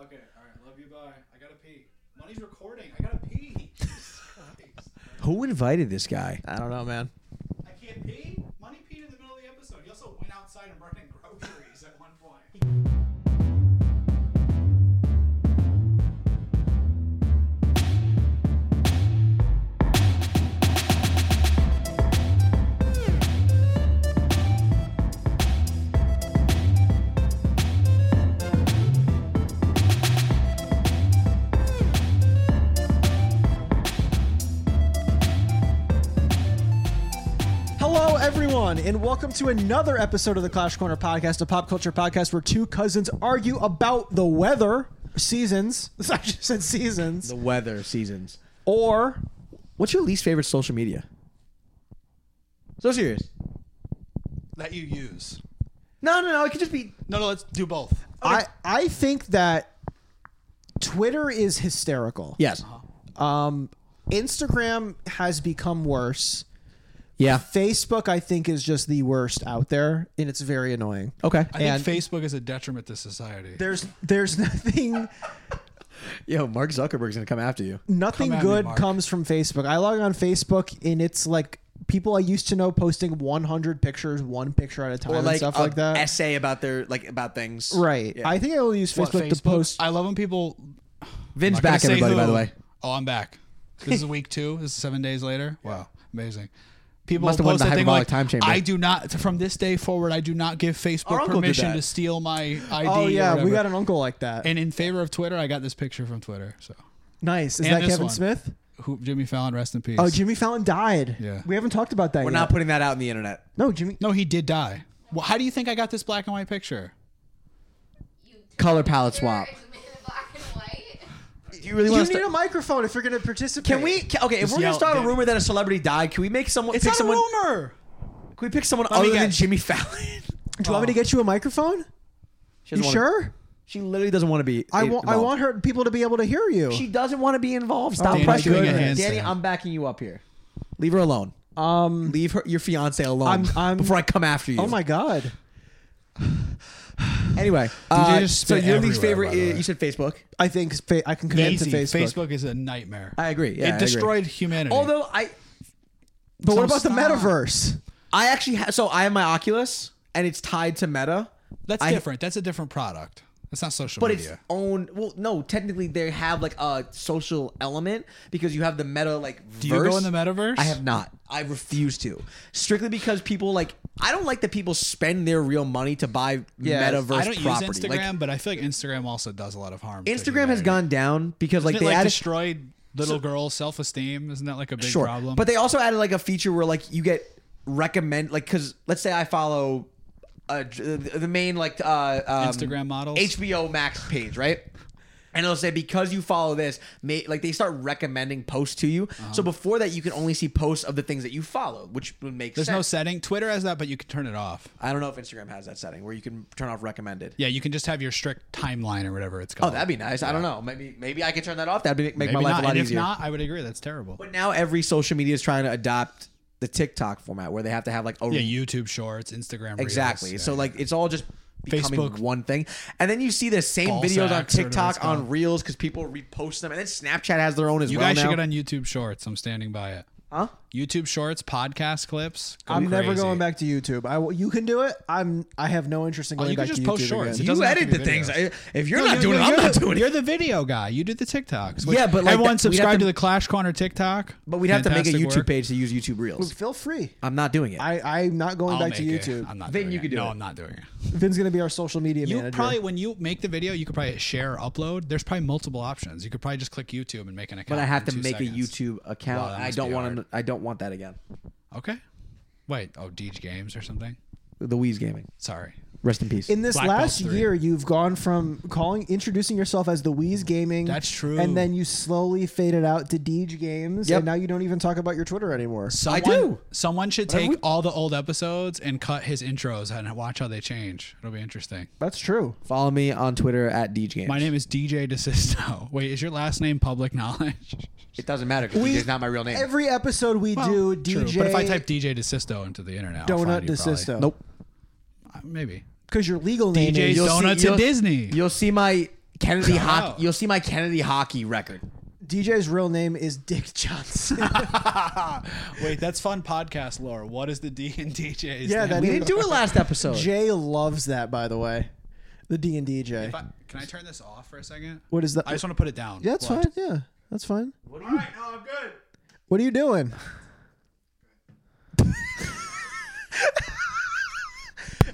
Okay, all right. Love you. Bye. I gotta pee. Money's recording. I gotta pee. Jesus Christ. Who invited this guy? I don't know, man. I can't pee. Money peed in the middle of the episode. He also went outside and brought in groceries at one point. Hello, everyone, and welcome to another episode of the Clash Corner podcast, a pop culture podcast where two cousins argue about the weather, seasons. I just said seasons, The weather seasons. or What's your least favorite social media? So serious. that you use. No, no, no. It could just be. No, no, let's do both. I. I think that Twitter is hysterical. Yes. Um, Instagram has become worse. Yeah. Facebook, I think, is just the worst out there, and it's very annoying. Okay. I think And- Facebook is a detriment to society. There's there's nothing Yo, Mark Zuckerberg's gonna come after you. nothing Come at me, good Mark. comes from Facebook. I log on Facebook and it's like people I used to know posting 100 pictures, one picture at a time, and stuff a like that. Essay about their like about things. right. Yeah. I think I only use What, Facebook, to post. I love when people. I'm Vin's not gonna back, say everybody. By who. the way, Oh, I'm back. This is week two. This is seven days later. Wow, amazing. People Must have won post the a thing hyperbolic like, time chamber. I do not. From this day forward, I do not give Our Facebook uncle did permission that. to steal my ID. oh or yeah, we whatever. got an uncle like that. And in favor of Twitter, I got this picture from Twitter. So, nice. Is and that this Kevin one. Smith? who Jimmy Fallon, rest in peace. Oh, Jimmy Fallon died. Yeah. We haven't talked about that we're yet. not putting that out in the internet. no, Jimmy. no, he did die. Well, how do you think I got this black and white picture? You took Color a palette picture swap. and made it black and white. Do you really You want need a microphone if you're going to participate. Can we? ca- Okay, if Just we're gonna yell, start a get it. rumor that a celebrity died, can we make someone? It's pick not someone, a rumor. Can we pick someone me other than guess. Jimmy Fallon? Do you want me to Oh. get you a microphone? She doesn't You wanna- sure? She literally doesn't want to be. I want. I involved. want her people to be able to hear you. She doesn't want to be involved. Stop Danny, pressuring doing her. a Danny, handstand. I'm backing you up here. Leave her alone. um. Leave her your fiance alone I'm- I'm- before I come after you. Oh my god. Anyway, uh, just so spit your least everywhere, favorite? by the Is, way. you said Facebook. I think fa- I can connect Easy. to Facebook. Facebook is a nightmare. I agree. Yeah, I it agree. destroyed humanity. Although I, But what So about the stop. metaverse? I actually ha- so I have my Oculus and it's tied to Meta, That's I- different. That's a different product. That's not social but media. its own. Well, no, technically they have like a social element because you have the Meta like. Do you go in the metaverse? I have not. I refuse to. Strictly because people like I don't like that people spend their real money to buy Yes. metaverse I don't property. use Instagram, Like, but I feel like Instagram also does a lot of harm. to Instagram has humanity. gone down because like Isn't it, they like added destroyed little girls' self esteem. Isn't that like a big sure, problem? but they also added like a feature where like you get recommend like because let's say I follow uh, the main like uh, um, Instagram models? HBO Max page, right? And it'll say because you follow this, may, like they start recommending posts to you. Uh-huh. So before that, you can only see posts of the things that you follow, which would make there's no sense. setting. Twitter has that, but you can turn it off. I don't know if Instagram has that setting where you can turn off recommended. Yeah, you can just have your strict timeline or whatever it's Oh, called. that'd be nice. I don't know. Maybe maybe I could turn that off. That'd be, make Maybe my life not. a lot and easier. If not, I would agree. That's terrible. but now every social media is trying to adopt the TikTok format where they have to have like a yeah, YouTube Shorts, Instagram. Reels, exactly. yeah. so like it's all just becoming Facebook. one thing. And then you see the same Ball videos on sacks or whatever it's TikTok called. on Reels because people repost them, and then Snapchat has their own as you well guys now. should get on YouTube Shorts. I'm standing by it. huh? YouTube Shorts, podcast clips. go I'm never crazy. going back to YouTube. I will- you can do it. I'm I have no interest in going Oh, you back can just to post YouTube shorts. again. It You doesn't have to edit be the things. videos. I- If you're No, not doing it, you're I'm the- not doing You're it. the video guy. You do the TikToks. which Yeah, but, like, everyone that- we'd have subscribe to- to, the Clash Corner TikTok. But we'd have to make a Fantastic YouTube work. page to use YouTube Reels. Feel free. I'm not doing it. I I'm not going I'll back to make it. YouTube. I'm not. Then doing you could do no, it. I'm not doing it. Vin's gonna be our social media You manager. probably when you make the video, you could probably share upload. There's probably multiple options. You could probably just click YouTube and make an account. but I have in to two make seconds. a YouTube account. Wow, that and I must don't be want to. hard. I don't want that again. Okay. Wait. Oh, Deej Games or something. The Wheeze Gaming. Sorry. Rest in peace. in this Black Ops last 3. year, you've gone from calling, introducing yourself as the Wheeze Gaming. That's true. And then you slowly faded out to Deej Games, Yep. and now you don't even talk about your Twitter anymore. Someone, do. Someone should Whatever take we- all the old episodes and cut his intros and watch how they change. It'll be interesting. That's true. Follow me on Twitter at DJ Games. My name is DJ DeSisto. Wait, is your last name public knowledge? It doesn't matter because We- DJ's not my real name. Every episode we do, True, DJ. But if I type DJ DeSisto into the internet, I'll Donut find you probably. DeSisto. nope. Uh, Maybe. Because your legal name DJ is Donuts and Disney. You'll see my Kennedy Shout hockey. out. You'll see my Kennedy hockey record. DJ's real name is Dick Johnson. Wait, that's fun podcast lore. What is the D and DJs? Yeah, then? that We didn't do it last episode. Jay loves that, by the way. The D and DJ. If I- Can I turn this off for a second? What is that? I just want to put it down. yeah, that's What? fine. Yeah, that's fine. All right, no, I'm good. What are you doing?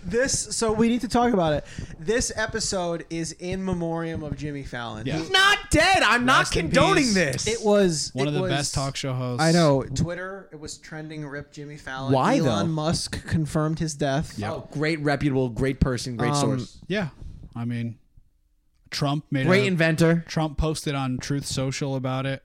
this. So we need to talk about it. This episode is in memoriam of Jimmy Fallon. Yeah. He's not dead. I'm not Rest in condoning peace. this. It was One it of the was- best talk show hosts. I know Twitter. It was trending. Rip Jimmy Fallon. Why, though? Elon Musk confirmed his death. Yep. oh, great reputable, great person, great Um, source, Yeah, I mean, Trump made great a, inventor. Trump posted on Truth Social about it.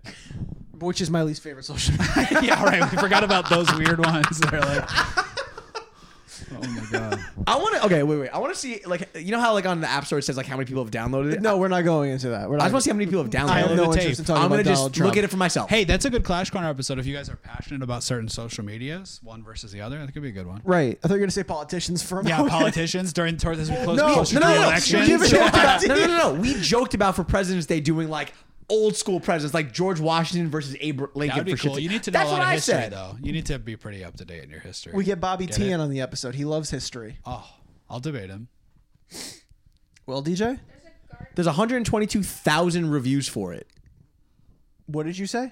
Which is my least favorite social. media. yeah, right. We forgot about those weird ones. They're like, oh my god. I want to. Okay, wait, wait. I want to see like you know how like on the app store it says like how many people have downloaded it. no, we're not going into that. We're not. I just want to see how many people have downloaded. I have it. no the interest in tape. talking I'm gonna about Donald just Trump. look at it for myself. Hey, that's a good Clash Corner episode. If you guys are passionate about certain social medias, one versus the other, that could be a good one. Right. I thought you were gonna say politicians for a Yeah, moment. politicians during toward this close no, close no, to no, the no. election. Give it- So- no, no, no, no. We joked about for President's Day doing like old school presidents, like George Washington versus Abraham That Lincoln. would be for shits cool. and- You need to know That's a lot what of I history, said. though. You need to be pretty up to date in your history. We get Bobby T it? in on the episode. He loves history. Uh, oh, I'll debate him. Well, DJ, There's a garden. There's 122,000 reviews for it. what did you say?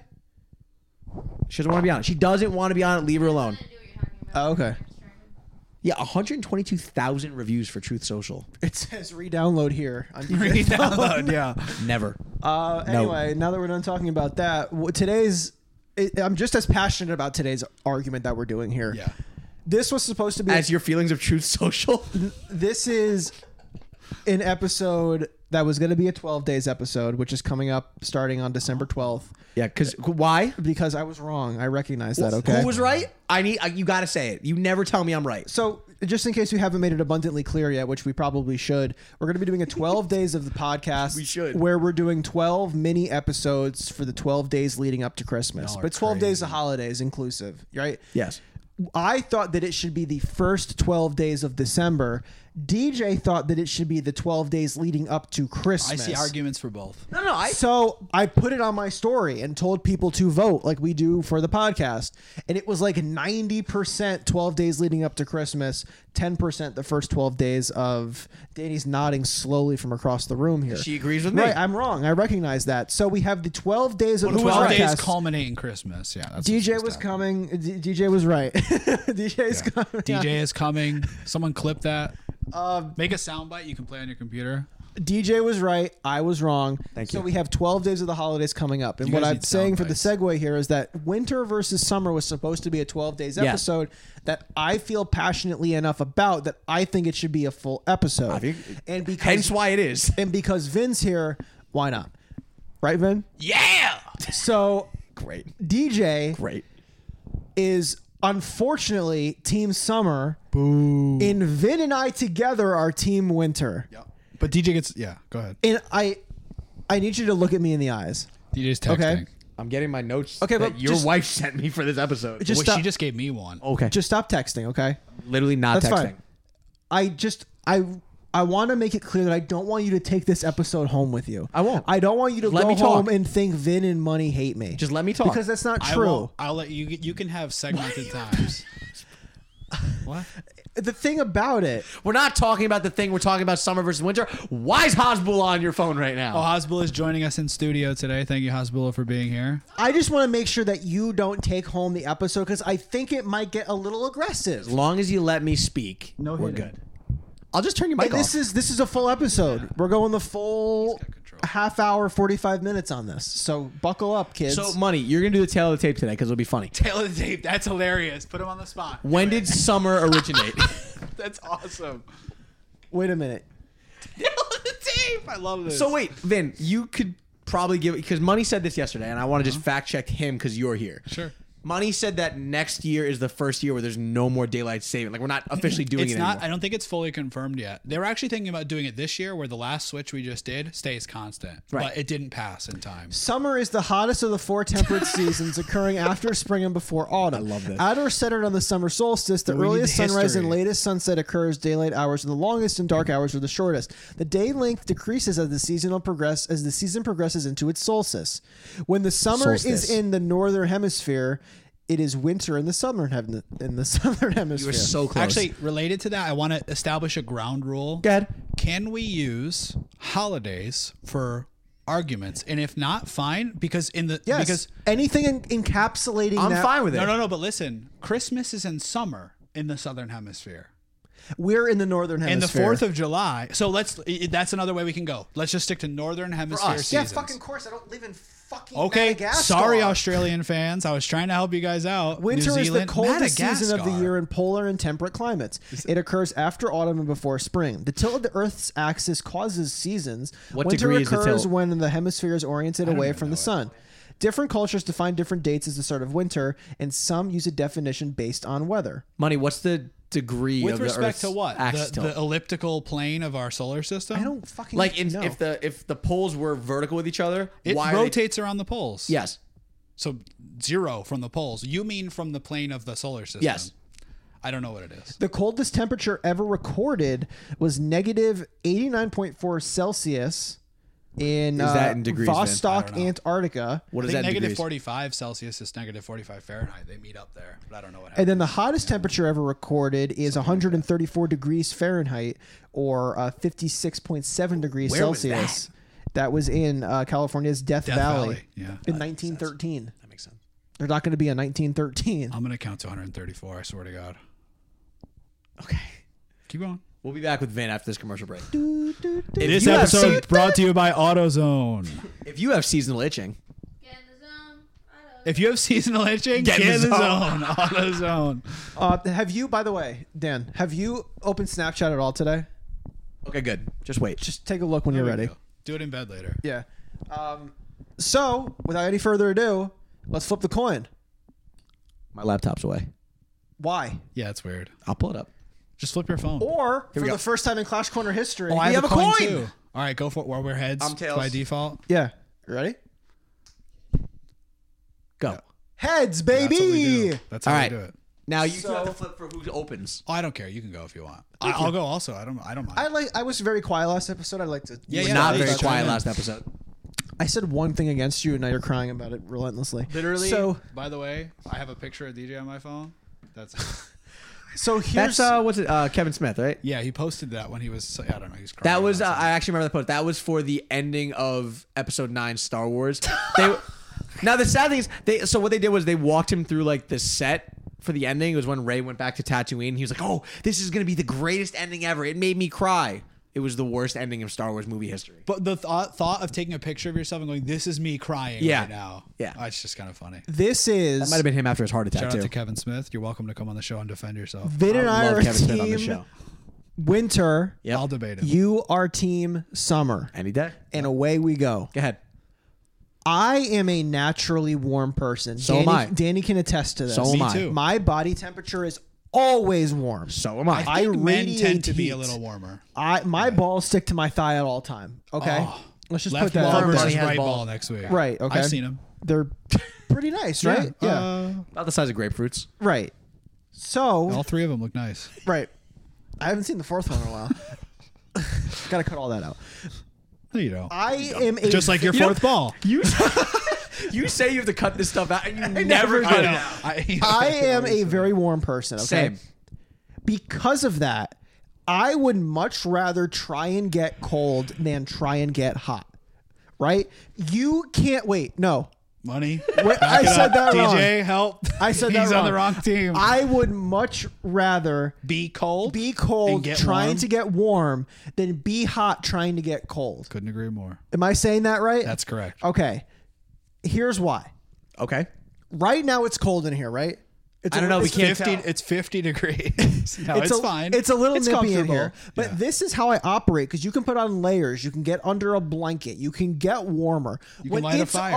She doesn't want to be on it. She doesn't want to be on it. Leave her alone. I do what you're talking about. Oh, okay. I'm trying to- Yeah, 122,000 reviews for Truth Social. It says re-download here. On DJ. Redownload, yeah. Never. Uh, anyway, now that we're done talking about that, w- today's it, I'm just as passionate about today's argument that we're doing here. Yeah. This was supposed to be As your feelings of Truth Social. this is an episode that was going to be a 12 days episode, which is coming up starting on December 12th yeah, because why? because I was wrong. I recognize that, okay? Who was right? I need. I, you got to say it. You never tell me I'm right. So, just in case we haven't made it abundantly clear yet, which we probably should, we're going to be doing a 12 days of the podcast. We should. Where we're doing 12 mini episodes for the 12 days leading up to Christmas, Y'all are but 12 days of crazy. holidays inclusive, right? Yes. I thought that it should be the first 12 days of December. DJ thought that it should be the 12 days leading up to I Christmas. see arguments for both. No, no. I. So I put it on my story and told people to vote like we do for the podcast. And it was like 90% 12 days leading up to Christmas, 10% the first 12 days of Danny's nodding slowly from across the room here. She agrees with me. Right, I'm wrong. I recognize that. So we have the 12 days of the Who was podcast. days culminating Christmas? Yeah, that's DJ what's was happening. coming. D- DJ was right. DJ's Yeah. Um, coming. DJ is coming. Someone clip that. Make a soundbite you can play on your computer. DJ was right. I was wrong. Thank So you. we have 12 days of the holidays coming up. And You what guys I'm need saying sound for the bites. segue here is that winter versus summer was supposed to be a 12 days episode that I feel passionately enough about that I think it should be a full episode. think- and because Hence why it is. and because Vin's here, why not? Right, Vin? Yeah. So Great. DJ Great. is unfortunately Team Summer. Boo. And Vin and I together are Team Winter. But DJ gets yeah. Go ahead. And I I need you to look at me in the eyes. DJ's texting. Okay. I'm getting my notes. Okay, Okay, but but your just- wife sent me for this episode. Just Wait, stop- she just gave me one. okay. Just stop texting, okay? literally not That's texting. fine. I just I I want to make it clear that I don't want you to take this episode home with you. I won't. I don't want you to Let go me talk. home and think Vin and Money hate me. Just let me talk. because that's not I true. won't- I'll let you. You can have segmented times. what? The thing about it, We're not talking about the thing. We're talking about summer versus winter. Why is Hasbullah on your phone right now? Oh, Hasbullah is joining us in studio today. Thank you, Hasbullah, for being here. I just want to make sure that you don't take home the episode because I think it might get a little aggressive. as long as you let me speak, no we're hitting. good. I'll just turn your mic And this off. is this is a full episode. We're going the full got control. half hour, forty five minutes on this. So buckle up, kids. so, money. You're gonna do the tail of the tape today because it'll be funny. Tail of the tape. That's hilarious. Put him on the spot. When did summer originate? That's awesome. Wait a minute. Tail of the tape. I love this. so wait, Vin, you could probably give because money said this yesterday, and I want to just fact check him because you're here. Uh-huh. Sure. Money said that next year is the first year where there's no more daylight saving. Like we're not officially doing It's it not. anymore. I don't think it's fully confirmed yet. They were actually thinking about doing it this year, where the last switch we just did stays constant, Right. but it didn't pass in time. Summer is the hottest of the four temperate seasons, occurring after spring and before autumn. I love this. Outer centered on the summer solstice, the earliest need sunrise and history. latest sunset occurs. Daylight hours are the longest, and dark hours are the shortest. The day length decreases as the seasonal progress as the season progresses into its solstice. When the summer is Solstice. in the northern hemisphere, it is winter in the southern hem- in the southern hemisphere. We're so close. Actually, related to that, I want to establish a ground rule. Go ahead. Can we use holidays for arguments? And if not, fine. Because in the Yes. because anything en- encapsulating I'm that fine with it. no no no, but listen, Christmas is in summer in the southern hemisphere. we're in the northern And the hemisphere. Fourth of July. So let's. i- i- That's another way we can go. Let's just stick to northern hemisphere us. yeah, seasons. fucking course. I don't live in fucking Okay, Madagascar. sorry, Australian fans. I was trying to help you guys out. Winter New is the Zealand, coldest season of the Madagascar. year in polar and temperate climates. It occurs after autumn and before spring. The tilt of the Earth's axis causes seasons. What Winter degree is the occurs tilt? when the hemisphere is oriented away from the sun. Different cultures define different dates as the start of winter, and some use a definition based on weather. Money. What's the degree With of the respect Earth's to what axis the, tilt? the elliptical plane of our solar system. I don't fucking like in, know. if the if the poles were vertical with each other, It why are they- rotates around the poles. yes. So zero from the poles. You mean from the plane of the solar system? Yes. I don't know what it is. The coldest temperature ever recorded was negative 89.4 Celsius in, Is that uh, in degrees, then? Vostok, know. Antarctica. What I is think that? in negative degrees? 45 Celsius is negative 45 Fahrenheit. They meet up there, but I don't know what And happened. then the hottest temperature ever recorded is 134 degrees Fahrenheit or uh, 56.7 degrees Where was Celsius. that? was in uh, California's Death, Valley, Valley, yeah. in 1913. That makes sense. They're not going to be a 1913. I'm going to count to 134, I swear to God. Okay. Keep going. We'll be back with Vin after this commercial break. this you have seen- brought to you by AutoZone. If you have seasonal itching, Get in the zone. I don't know. If you have seasonal itching, get, in the zone. AutoZone. Uh, have you, by the way, Dan, have you opened Snapchat at all today? okay, good. Just wait. Just take a look when you're ready. Do it in bed later. Yeah. Um, so, without any further ado, let's flip the coin. My laptop's away. Why? Yeah, it's weird. I'll pull it up. Just flip your phone. Or, for go. the first time in Clash Corner history, Oh, I we have, Oh, a coin, coin! too. All right, go for it. Well, we're heads I'm tails. by default. Yeah. You ready? Go. Heads, That's what we baby. do. That's how All right. we do it. Now you So- have to flip for who opens. Oh, I don't care. You can go if you want. I, I'll go also. I don't. I don't mind. I like. I was very quiet last episode. I like to. Yeah, We're yeah. not please very chime quiet in. last episode. I said one thing against you, and now you're crying about it relentlessly. Literally. So, by the way, I have a picture of DJ on my phone. That's. so here's. That's uh, what's it? Uh, Kevin Smith, right? yeah, he posted that when he was. I don't know. He's crying. That was uh, about I actually remember the post. That was for the ending of Episode Nine, Star Wars. They now the sad thing is they. So what they did was they walked him through like the set for the ending. It was when Ray went back to Tatooine. He was like, "Oh, this is gonna be the greatest ending ever." It made me cry. It was the worst ending of Star Wars movie history. something. but the thought, thought of taking a picture of yourself and going, "This is me crying Yeah. right now." Yeah. oh, it's just kind of funny. this is. Might have been him after his heart attack Shout out too. to Kevin Smith. You're welcome to come on the show and defend yourself. Vin and I Love are Kevin Smith on the team show. Winter. Yep. I'll debate him. You are team Summer, Any day. and away we go. Go ahead. I am a naturally warm person. So Danny, am I. Danny can attest to this. So am Me I. too. My body temperature is always warm. So am I. I think men tend radiate to be heat. a little warmer. I my balls stick to my thigh at all time. Okay, Oh. let's just put Left that ball out there. Everybody versus has right balls. ball. next week. Right, okay. I've seen him. They're pretty nice, right? Yeah, Uh, About the size of grapefruits. right. So all three of them look nice. right, I haven't seen the fourth one in a while. Got to cut all that out. No, you don't. I am a Just like your You know- fourth ball. You you say you have to cut this stuff out, and you never I cut it know. out. I, I am a very warm person. Okay? Same. Because of that, I would much rather try and get cold than try and get hot. Right? You can't wait. No, money. Wait, Back I it said that DJ, wrong. help! I said he's that on the wrong team. I would much rather be cold. be cold And get trying warm? to get warm than be hot trying to get cold. Couldn't agree more. Am I saying that right? That's Oh, correct. okay. Here's why. Okay. Right now it's cold in here, right? It's I don't a- know, we it's can't fifty- 50 it's 50 degrees no, it's, a, fine It's a little It's nippy in comfortable. here, but Yeah. this is how I operate because you can put on layers, you can get under a blanket, you can get warmer. can when light a it's fire.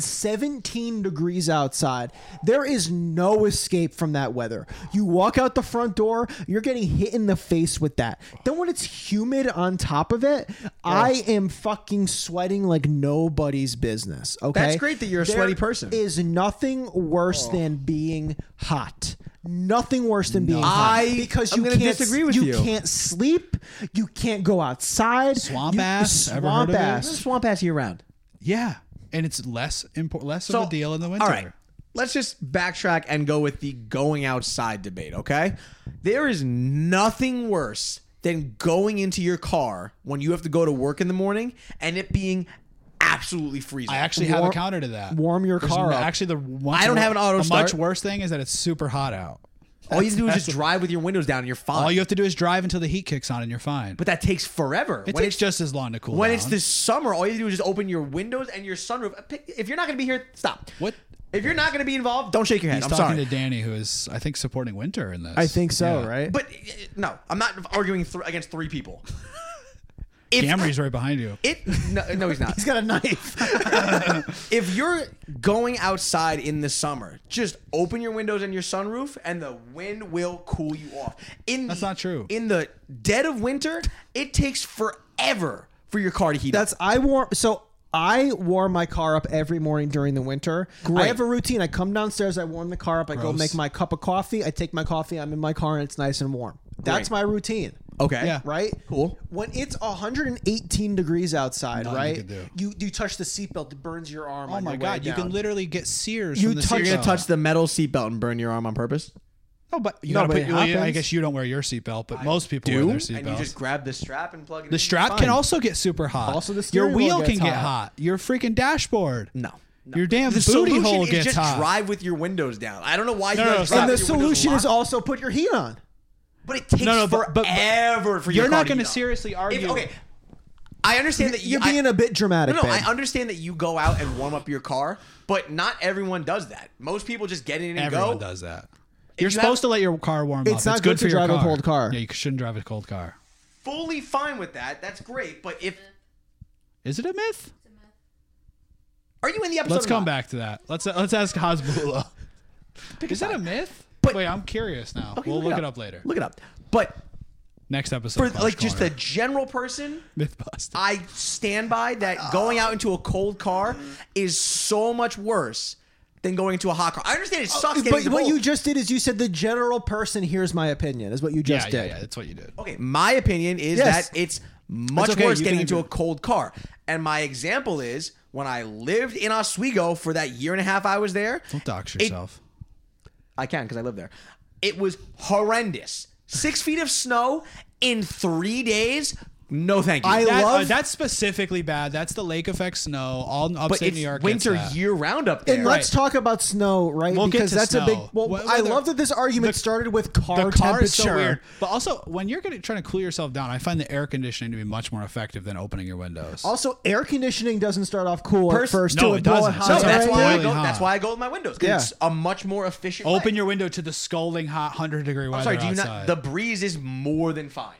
117 degrees outside, there is no escape from that weather. You walk out the front door, you're getting hit in the face with that. Then when it's humid on top of it, I am fucking sweating like nobody's business. Okay, That's great that you're a There sweaty person. Is nothing worse than being hot. Nothing worse than being hot I- because I'm you gonna can't disagree with you. can't sleep. You can't go outside. Swamp you, ass? Ever Swamp heard of it? ass. swamp ass year round. yeah and it's less import less of a deal in the winter All right. Let's just backtrack and go with the going outside debate, okay? There is nothing worse than going into your car when you have to go to work in the morning and it being absolutely freezing. I actually have a Warm- counter to that. warm your There's car no- up. Actually, the one I don't have an auto A start. much worse thing is that it's super hot out. All you have to do is just drive with your windows down and you're fine. All you have to do is drive until the heat kicks on and you're fine. but that takes forever. it When takes it's- just as long to cool when down. it's the summer, all you do is just open your windows and your sunroof. If you're not going to be here, stop. What? If you're not going to be involved, don't shake your head. He's I'm talking sorry. to Danny, who is I think supporting winter in this. I think so, Yeah. right? But uh, no, I'm not arguing th- against three people. If Camry's right behind you. it no, no he's not. he's got a knife. if you're going outside in the summer, just open your windows and your sunroof, and the wind will cool you off. In That's the- not true. In the dead of winter, it takes forever for your car to heat up. That's I warm. So I warm my car up every morning during the winter. I Great. have a routine. I come downstairs, I warm the car up, I go Gross. make my cup of coffee, I take my coffee, I'm in my car, and it's nice and warm. That's Great. my routine. Okay. Yeah. right? Cool. When it's 118 degrees outside, Nothing you right? can do. You you touch the seatbelt, it burns your arm. Oh on my your god, way you down. can literally get sears You from the touch- sears. You're gonna touch the metal seatbelt and burn your arm on purpose, Oh, but you No, gotta but put. it well, you- I happens. guess you don't wear your seatbelt, but most people Ooh. wear their and you just seatbelts. grab the strap and plug it. in. The strap can also get super hot. Also, the your steering wheel wheel can gets get hot. hot. Your freaking dashboard. no. no. Your damn the booty solution hole is gets just hot. drive with your windows down. I don't know why. No, you no, guys no, stop. drive And the with your windows solution is locked, also put your heat on. but it takes no, but- but- but- forever for your You're car not to going to heat up. seriously argue. If, okay, I understand that you, You're being I, a bit dramatic. No, no, babe. I understand that you go out and warm up your car, but not everyone does that. Most people just get in and Everyone go. does that. You're you supposed to have- let your car warm up. It's not good for to your drive a car. cold car. Yeah, you shouldn't drive a cold car. Fully fine with that. That's great. But if Is it a myth? are you in the episode? Let's or come not? back to that. Let's let's ask Hasbullah. Is that a myth? But- Wait, I'm curious now. Okay, we'll look, it up later. Look it up. But Next episode. for Clash like just the Corner. general person, myth bust. I stand by that going out into a cold car is so much worse than going into a hot car. I understand it Oh, sucks. getting But into what both. you just did is you said the general person hears my opinion. Is what you yeah, just yeah, did. yeah, that's what you did. Okay, my opinion is Yes. that it's much That's okay, worse you getting can into a agree. cold car. And my example is when I lived in Oswego for that year and a half I was there. Don't dox it- yourself. I can because I live there. It was horrendous. Six feet of snow in three days. No, thank you. I that, love- uh, that's specifically bad. That's the lake effect snow. All but upstate it's New York. gets winter that. year round up there. And let's talk about snow, right? We'll get because to that's a snow. big. Well, Wh- I whether- love that this argument the- started with car, the car temperature. is so weird. But also, when you're gonna, trying to cool yourself down, I find the air conditioning to be much more effective than opening your windows. Also, air conditioning doesn't start off cool at Pers- first. No, till it blow doesn't. hot No, It's Oh, that's right? why I boiling go. hot. That's why I go with my windows. 'cause Yeah. It's a much more efficient. Open way. your window to the scalding hot 100 degree weather. I'm sorry. Do you outside. not? The breeze is more than fine.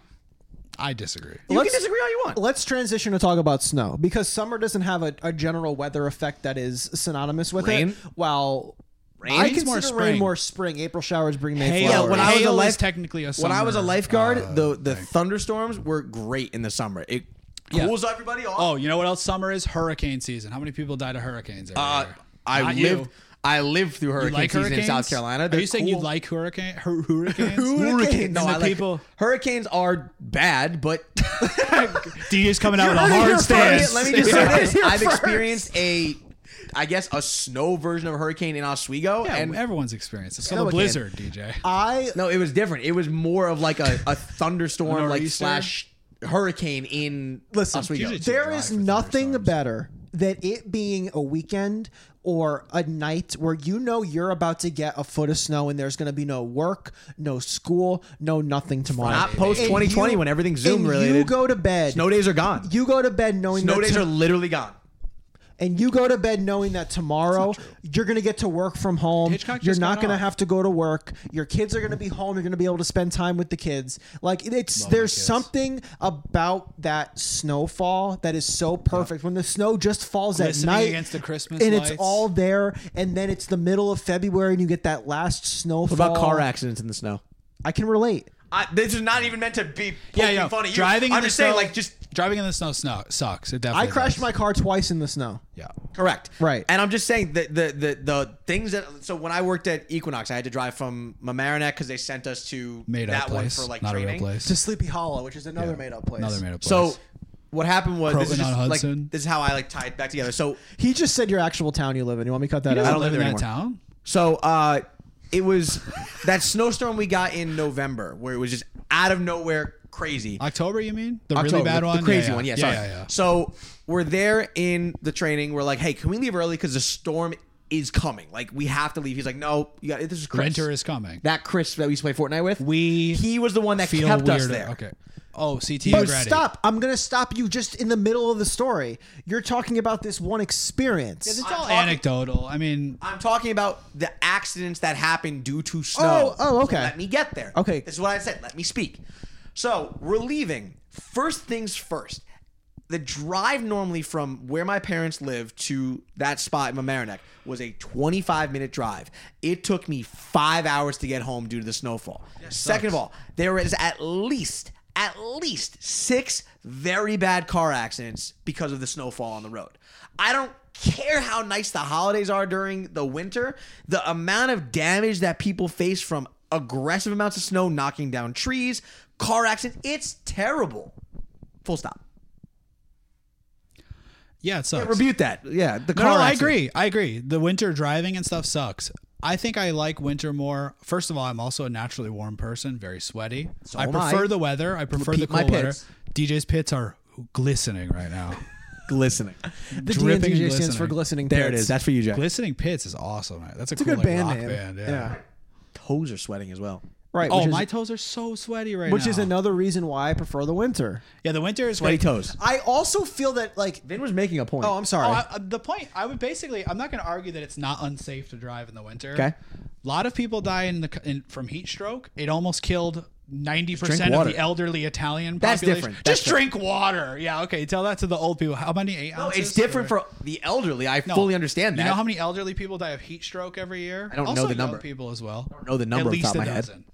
I disagree. You Let's- can disagree all you want. Let's transition to talk about snow because summer doesn't have a, a general weather effect that is synonymous with it. Rain? While Rain? I It's consider more rain spring. more spring. April showers bring May Hail. Yeah, flowers. when I was a Hail is life technically a when I was a summer, lifeguard, uh, the the thunderstorms were great in the summer. It Yeah. cools everybody off. Oh, you know what else summer is? Hurricane season. How many people died of hurricanes? Every Uh, year? I Not lived You. I lived through You hurricane like season hurricanes in South Carolina. Are They're you saying you cool. like hurricane hur- hurricanes? hurricanes? No, And the I like people. hurricanes are bad, but D is coming out with a heard it here hard stance. Yes. first. let me just say Yeah. this: You're I've first. experienced a, I guess, a snow version of a hurricane in Oswego, Yeah, and everyone's experience. It's called a again. blizzard, Uh, DJ. I no, it was different. It was more of like a, a thunderstorm, like nor'easter? slash hurricane in Listen, Oswego. usually- there July is for nothing thunderstorms. better than it being a weekend or a night where you know you're about to get a foot of snow and there's going to be no work, no school, no nothing tomorrow. Not post And 2020 you- when everything's and Zoom You related. go to bed. Snow days are gone. you go to bed knowing Snow that days to- are literally gone. and you go to bed knowing that tomorrow you're going to get to work from home. Hitchcock you're just not got going to off. have to go to work. Your kids are going to be home. You're going to be able to spend time with the kids. Like it's there's kids. something about that snowfall that is so perfect when the snow just falls at Glistening night against the Christmas and it's lights. all there, and then it's the middle of February and you get that last snowfall. What about car accidents in the snow? I can relate. I, this is not even meant to be Yeah, yeah. Driving in the snow, just driving in the snow, snow sucks. It I definitely. crashed does. my car twice in the snow. Yeah. Correct. Right. And I'm just saying that the the the things that so when I worked at Equinox, I had to drive from Mamaroneck because they sent us to Made that up one place, for like not training. a real place. To Sleepy Hollow, which is another Yeah. made up place. Another made up place. So what happened was this is, Croton on just, like, Hudson. this is how I like tie it back together. So He just said your actual town you live in. You want me to cut that I out? don't live in there that anymore. town. so uh it was that snowstorm we got in November where it was just out of nowhere crazy. October, you mean? The October, really bad the, one? the crazy yeah, one. Yeah, yeah, sorry. yeah, yeah. So we're there in the training. We're like, hey, can we leave early because the storm is coming? Like we have to leave. He's like, no, you got this is Chris. Winter is coming. that Chris that we used to play Fortnite with. We he was the one that feel kept weird. us there. Okay. Oh, CT But Andretti. stop. I'm going to stop you just in the middle of the story. You're talking about this one experience. It's I'm all talking- anecdotal. I mean, I'm talking about the accidents that happened due to snow. Oh, oh, okay. So let me get there. Okay. This is what I said. Let me speak. So we're leaving. First things first. The drive normally from where my parents live to that spot in Mamaroneck was a 25 minute drive. It took me five hours to get home due to the snowfall. Second of all, there is at least at least six very bad car accidents because of the snowfall on the road. I don't care how nice the holidays are during the winter, the amount of damage that people face from aggressive amounts of snow knocking down trees, car accidents, it's terrible. Full stop. yeah, it sucks. Rebuke that. Yeah, the no, car no, I accident. agree. I agree. The winter driving and stuff sucks. I think I like winter more. First of all, I'm also a naturally warm person, very sweaty. I am I. prefer the weather. I prefer the Repeat my cool weather. pits. DJ's pits are glistening right now. Glistening. the dripping DNDJ and stands for glistening. glistening. There it Pits. is. That's for you, Jack. glistening pits is awesome. That's a, It's cool a good like, band rock name. band. Yeah. Toes are sweating as well. Right. Oh, which my is, toes are so sweaty right which now. is another reason why I prefer the winter. Yeah, the winter is Sweaty great. toes. I also feel that like. Vin was making a point. Oh, I'm sorry. Oh, I- uh, the point I would basically I'm not going to argue that it's not unsafe to drive in the winter. Okay. A lot of people die in the c- in, from heat stroke. It almost killed 90% of water. the elderly Italian population. That's different. That's Just drink water. Yeah, okay. Tell that to the old people. How many 8 No, ounces? oh, it's different or- for the elderly. I No. fully understand that. You know how many elderly people die of heat stroke every year? I don't know also the young number. people as well. I don't know the number off At the least top of a my head. dozen.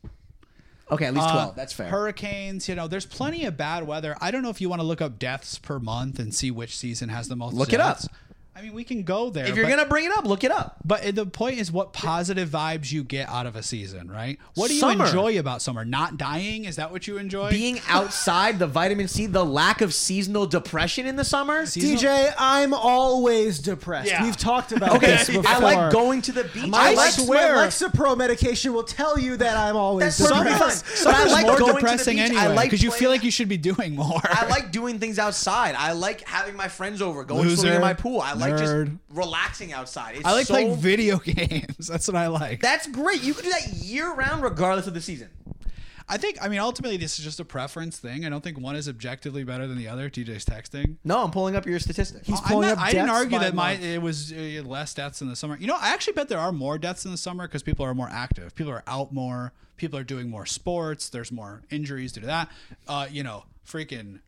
okay, at least Uh, 12. That's fair. Hurricanes, you know, there's plenty of bad weather. I don't know if you want to look up deaths per month and see which season has the most. Look it up. deaths. I mean, we can go there. if you're but- going to bring it up, look it up. But the point is what positive vibes you get out of a season, right? What do you Summer. enjoy about summer? Not dying? Is that what you enjoy? Being outside, the vitamin C, the lack of seasonal depression in the summer. Seasonal- DJ, I'm always depressed. Yeah. We've talked about Okay, this before. I like going to the beach. My, I like Lex- my swear. Lexapro medication will tell you that I'm always That's Summer- perfect. depressed. But summer's I like more going to the depressing beach. I anyway like because you playing- feel like you should be doing more. I like doing things outside. I like having my friends over, going swimming Loser. in my pool. I like just Nerd. relaxing outside. It's I like so, playing video games. That's what I like. That's great. You can do that year round, regardless of the season. I think. I mean, ultimately, this is just a preference thing. I don't think one is objectively better than the other. DJ's texting. No, I'm pulling up your Oh, statistic. He's I'm pulling not- up I didn't deaths argue by that my month. it was uh, less deaths in the summer. You know, I actually bet there are more deaths in the summer because people are more active. People are out more. People are doing more sports. There's more injuries due to that. Uh, you know, freaking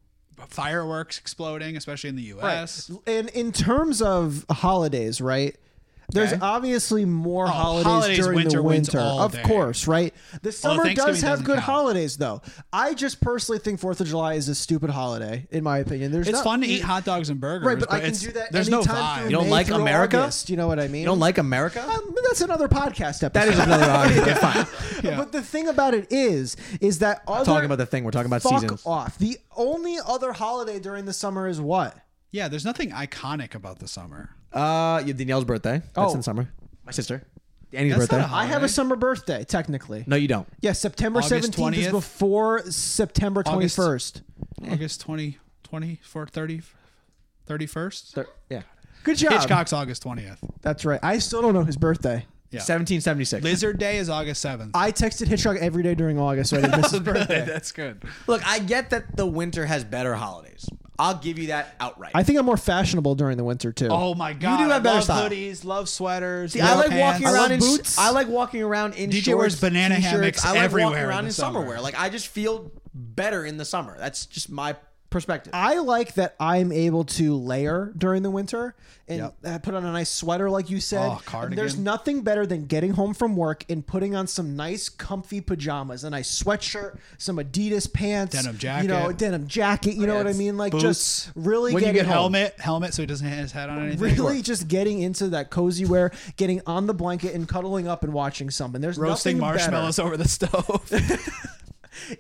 fireworks exploding, especially in the U.S. And in terms of holidays, right? There's Okay. Oh, obviously more holidays, holidays, during winter the wins winter, all of day. course, right? The summer does Thanksgiving have doesn't good count. holidays, though. I just personally think Fourth of July is a stupid holiday, in my opinion. There's It's not- fun to eat hot dogs and burgers, right? But, I can it's- do that. There's no anytime vibe. through You don't May like through America? August, you know what I mean? you don't like America? Um, that's another podcast episode. That is another argument. That's fine. But the thing about it is, is that other Talking about the thing we're talking about fuck seasons. off. The only other holiday during the summer is what? yeah, there's nothing iconic about the summer. Uh, you- Danielle's birthday. That's Oh. in summer. My sister. Danny's That's birthday. not a holiday. I have a summer birthday, technically. no, you don't. Yeah, September August seventeenth is 20th? before September twenty August- first. August 20, 20, 30, 31st. Yeah. Good job. Hitchcock's August 20th. That's right. I still don't know his birthday. Yeah. 1776. Lizard Day is August 7th. I texted Hitchcock every day during August, so I didn't miss his birthday. That's good. Look, I get that the winter has better holidays. I'll give you that outright. I think I'm more fashionable during the winter too. Oh my god! do have I better love style. Hoodies, love sweaters. See, I like pants. walking around love in boots. I like walking around in DJ shorts, wears banana t-shirts. hammocks I like walking everywhere around in the in summer summer. wear. Like I just feel better in the summer. That's just my perspective. I like that I'm able to layer during the winter and uh, put on a nice sweater, like you said. Oh, cardigan. There's nothing better than getting home from work and putting on some nice, comfy pajamas, a nice sweatshirt, some Adidas pants, Denim you know, jacket. denim jacket. You know what I mean? Like just Boots. really when you getting get home. helmet, helmet, so he doesn't have his head on anything. Really, just getting into that cozy wear, getting on the blanket and cuddling up and watching something. There's roasting nothing better. marshmallows over the stove.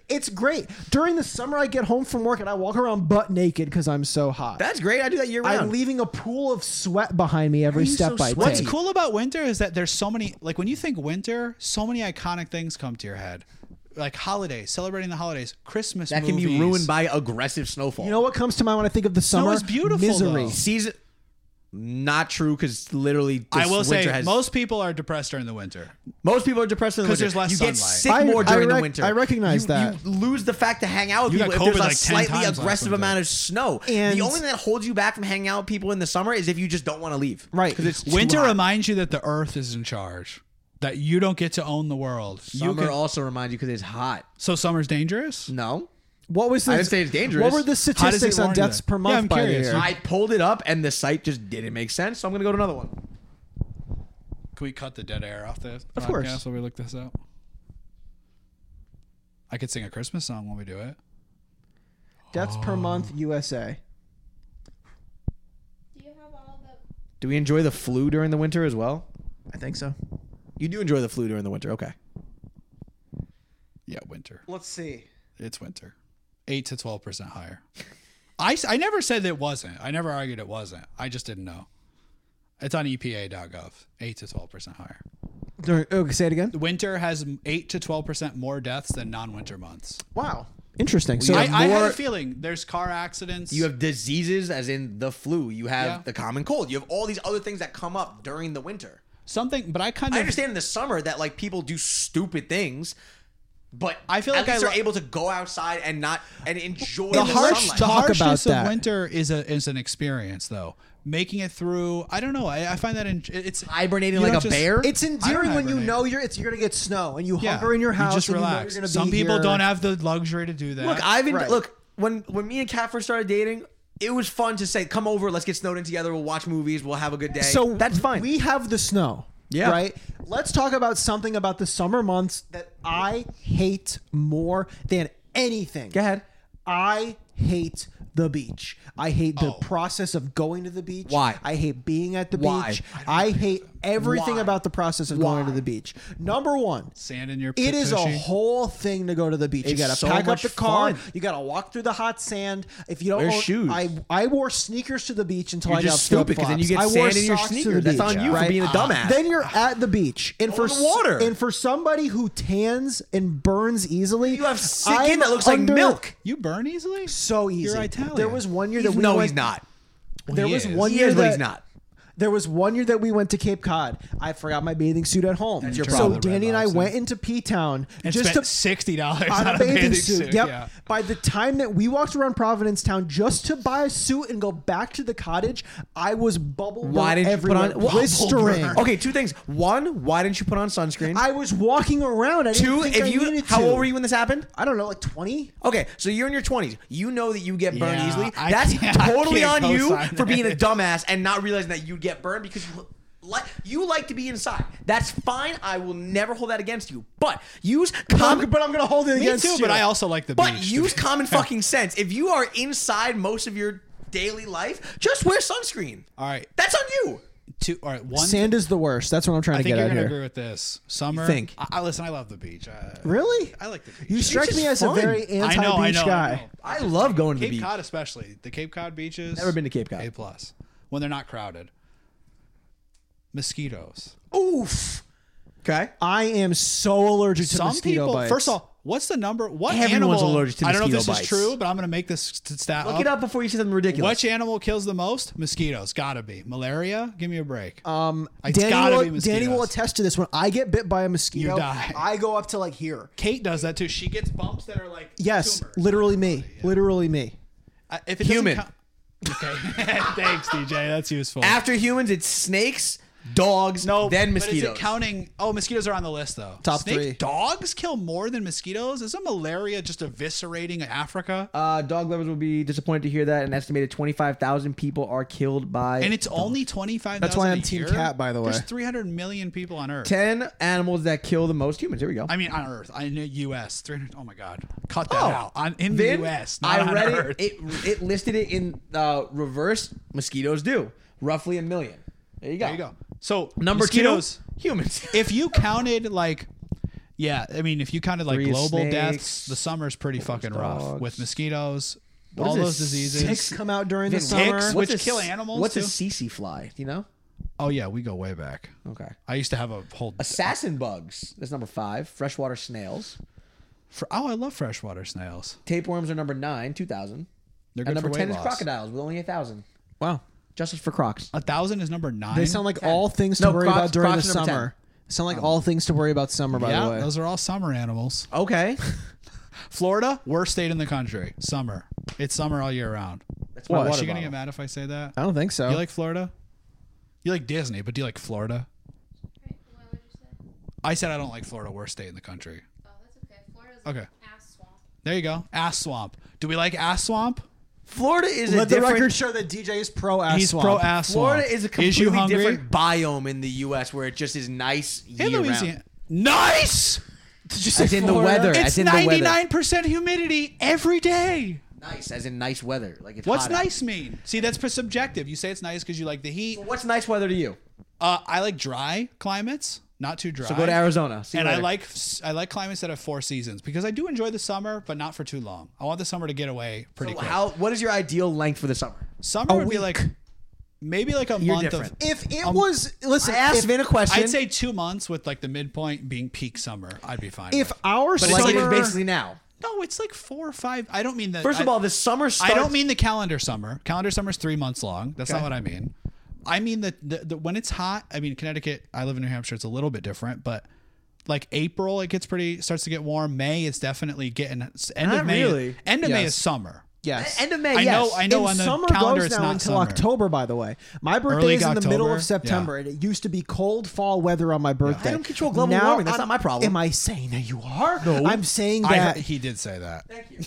It's great. During the summer, I get home from work and I walk around butt naked because I'm so hot. That's great. I do that year round. I'm leaving a pool of sweat behind me every you step so I sweaty? take. What's cool about winter is that there's so many like when you think winter, so many iconic things come to your head. Like holidays, celebrating the holidays, Christmas that can be movies. ruined by aggressive snowfall. You know what comes to mind when I think of the summer? is beautiful, Misery. though. season. Not true because literally this I will winter say has most people are depressed during the winter. most people are depressed in the 'Cause winter. there's less you get sunlight. sick I- more I during the rec- winter. I recognize You- that. You lose the fact to hang out with You got people if COVID there's like a 10 slightly times last aggressive winter. amount of snow. And- the only thing that holds you back from hanging out with people in the summer is if you just don't want to leave. Right. Because it's too Winter hot. reminds you that the earth is in charge, that you don't get to own the world. you Summer can, also reminds you because it's hot. so summer's dangerous? No. What was the, I didn't say it's dangerous. What were the does it statistics on warn deaths you? per Yeah, month I'm by curious. the year? I pulled it up and the site just didn't make sense, so I'm gonna go to another one. Can we cut the dead air off the Of podcast course. while we look this up? I could sing a Christmas song when we do it. deaths per month USA. Do you have all the Do we enjoy the flu during the winter as well? I think so. You do enjoy the flu during the winter, okay? Yeah, winter. Let's see. It's winter. 8 to 12% higher. I, s- I never said it wasn't. I never argued it wasn't. I just didn't know. It's on E EPA.gov, 8 to 12% higher. During, okay, say it again. Winter has 8 to 12% more deaths than non winter months. Wow. Interesting. So I, I more, had a feeling there's car accidents. You have diseases, as in the flu. You have Yeah. the common cold. You have all these other things that come up during the winter. something, but I kind of I understand in the summer that like people do stupid things, but I feel at like I least lo- they're able to go outside and not and enjoy the the, harsh, sunlight. the Talk harshness about that. of winter is a is an experience though. Making it through, I don't know. I, I find that in, it's you Hibernating like don't a bear? it's endearing when you hibernate. know you're it's you're gonna get snow and you Yeah, hunker in your house. You just and you know relax. you're gonna be Some people here. don't have the luxury to do that. Look, I've been, Right. look when when me and Kat first started dating, it was fun to say, "Come over, let's get snowed in together. We'll watch movies. We'll have a good day." So that's fine. We have the snow. Yeah. Right? Let's talk about something about the summer months that I hate more than anything. Go ahead. I hate the beach. I hate the process of going to the beach. Oh. Why? I hate being at the Why? beach. I, hate everything Why? about the process of going to the beach. Number one, sand in your it is a tushy. whole thing to go to the beach. you It's gotta so pack up much the car. fun. You gotta walk through the hot sand. If you don't Wear own- shoes. I I wore sneakers to the beach until You're I got just stupid 'cause then you get flip-flops. I wore sand in your socks to the sneakers. That's beach, on you for being a dumbass. Then you're at the beach, and for in the s- water. and for somebody who tans and burns easily, you have I'm skin that looks like under- milk. You burn easily? So easy. You're Italian. There was one year that we no, went, he's not. There He was is. one He year is, that but he's not. there was one year that we went to Cape Cod. I forgot my bathing suit at home. your so problem. Danny and I Red Lobster. went into P Town and just spent to sixty dollars on a bathing, suit. Yep. Yeah. By the time that we walked around Providence Town just to buy a suit and go back to the cottage, I was bubble Why burn didn't you put everywhere, on well, blistering. Okay, two things. One, why didn't you put on sunscreen? I was walking around. I didn't two, think if I you needed how to. old were you when this happened? I don't know, like twenty. Okay, so you're in your 20s. You know that you get burned Yeah, easily. I That's can't- I totally on can't you co-sign for being a that. dumbass and not realizing that you get burned because you like you like to be inside. That's fine. I will never hold that against you. But use common but I'm gonna hold it Me against too, you. but I also like the but beach. use common fucking sense. If you are inside most of your daily life, just wear sunscreen. all right, That's on you. two. All right, one. Sand is the worst. That's what I'm trying I to think get you're at gonna here. agree with this. Summer. think. I, I listen. I love the beach. I, Really? I like the beach. You strike is me as fun. a very I anti-beach I know. I know. guy. I know. I love going to the Cape beach. Cod, especially the Cape Cod beaches. Never been to Cape Cod. A plus when they're not crowded. Mosquitoes. Oof. Okay. I am so allergic to Some mosquito people. bites. First of all, what's the number? What Everyone's animal? allergic to I don't know if this mosquito is bites. true, but I'm gonna make this st- stat Look it up before you say something ridiculous. Which animal kills the most? Mosquitoes. Gotta be malaria. Give me a break. Um, It's Danny, gotta will, be Danny will mosquitoes. attest to this. When I get bit by a mosquito, You die. I go up to like here. Kate does that too. She gets bumps that are like Yes, tumors. literally me. Literally me. I- if it doesn't Human. count- okay. Thanks, DJ. That's useful. After humans, it's snakes, dogs, No, then But is mosquitoes. it counting? Oh, mosquitoes are on the list though. Top Snake three. Dogs kill more than mosquitoes. Isn't malaria just eviscerating Africa? uh, dog lovers will be disappointed to hear that an estimated 25,000 people are killed by and it's only twenty five. That's why I'm team cat, by the way. There's three hundred million people on Earth. 10 animals that kill the most humans. Here we go. I mean, on Earth. I know U.S. Three hundred. Oh my God. Cut that Oh. out. On in Then the U.S. Not I read on Earth. it, it. It listed it in uh, reverse. Mosquitoes do roughly a million. There you go. there you go. So Number mosquitoes. two, humans. if you counted like yeah i mean if you counted like Three global snakes, deaths the summer's pretty fucking rough dogs. with mosquitoes What all is those this? diseases Ticks come out during the Ticks. summer. Ticks. What's which a kill s- animals, What's a too? CC fly? Do you know? oh yeah we go way back Okay. i used to have a whole Assassin bugs. That's number five. Freshwater snails. fr- oh i love freshwater snails Tapeworms are number nine, two thousand. they're good And number for ten weight is loss. crocodiles with only a thousand. Wow. Justice for crocs. a thousand is number nine They sound like all things to No, worry Crocs- about during Crocs the number summer. Sound Um, like all things to worry about summer, by yeah the way. those are all summer animals Okay. florida worst state in the country summer it's summer all year round That's my what is water she gonna get bottle. Uh, mad if i say that I don't think so. you like florida you like disney but do you like florida What would you say? i said i don't like florida worst state in the country Oh, that's okay. Florida's Okay. an ass swamp. There you go. Ass swamp. Do we like ass swamp? Florida is a Let the different. record show that DJ is pro ass. He's swamp. pro ass swamp. Florida is you a completely hungry? different biome in the U.S. where it just is nice year Hey, Louisiana. round. Nice. Did you say As in the weather. It's as in the weather. ninety nine percent humidity every day. Nice, as in nice weather. Like it's What's hot out. nice mean? See, that's pres- subjective. You say it's nice because you like the heat. What's nice weather to you? Uh, I like dry climates, not too dry. So go to Arizona. See you And I later. like I like climates that have four seasons because I do enjoy the summer, but not for too long. I want the summer to get away pretty quick. how. What is your ideal length for the summer? summer A would be week. like maybe like a You're month of different. If it was, listen, Um, I asked if, Vin a question. I'd say two months with like the midpoint being peak summer. I'd be fine. if with. our it's like summer, it's basically now. no, it's like four or five. I don't mean that. First of I- all, the summer starts. I don't mean the calendar summer. Calendar summer is three months long. That's not what I mean. I mean that the, the, when it's hot. I mean Connecticut. I live in New Hampshire. It's a little bit different, but like April, it gets pretty starts to get warm. May is definitely getting end Not of May. really. End of May Yes. is summer. yes, E, End of May. I yes. know. I know. And on the summer calendar, goes it's now not until summer. October. By the way, my birthday Early is in the middle October, of September, yeah. and it used to be cold fall weather on my birthday. I don't control global Now warming. That's I'm- not my problem. Am I saying that you are? No, I'm saying I that. heard- he did say that. Thank you.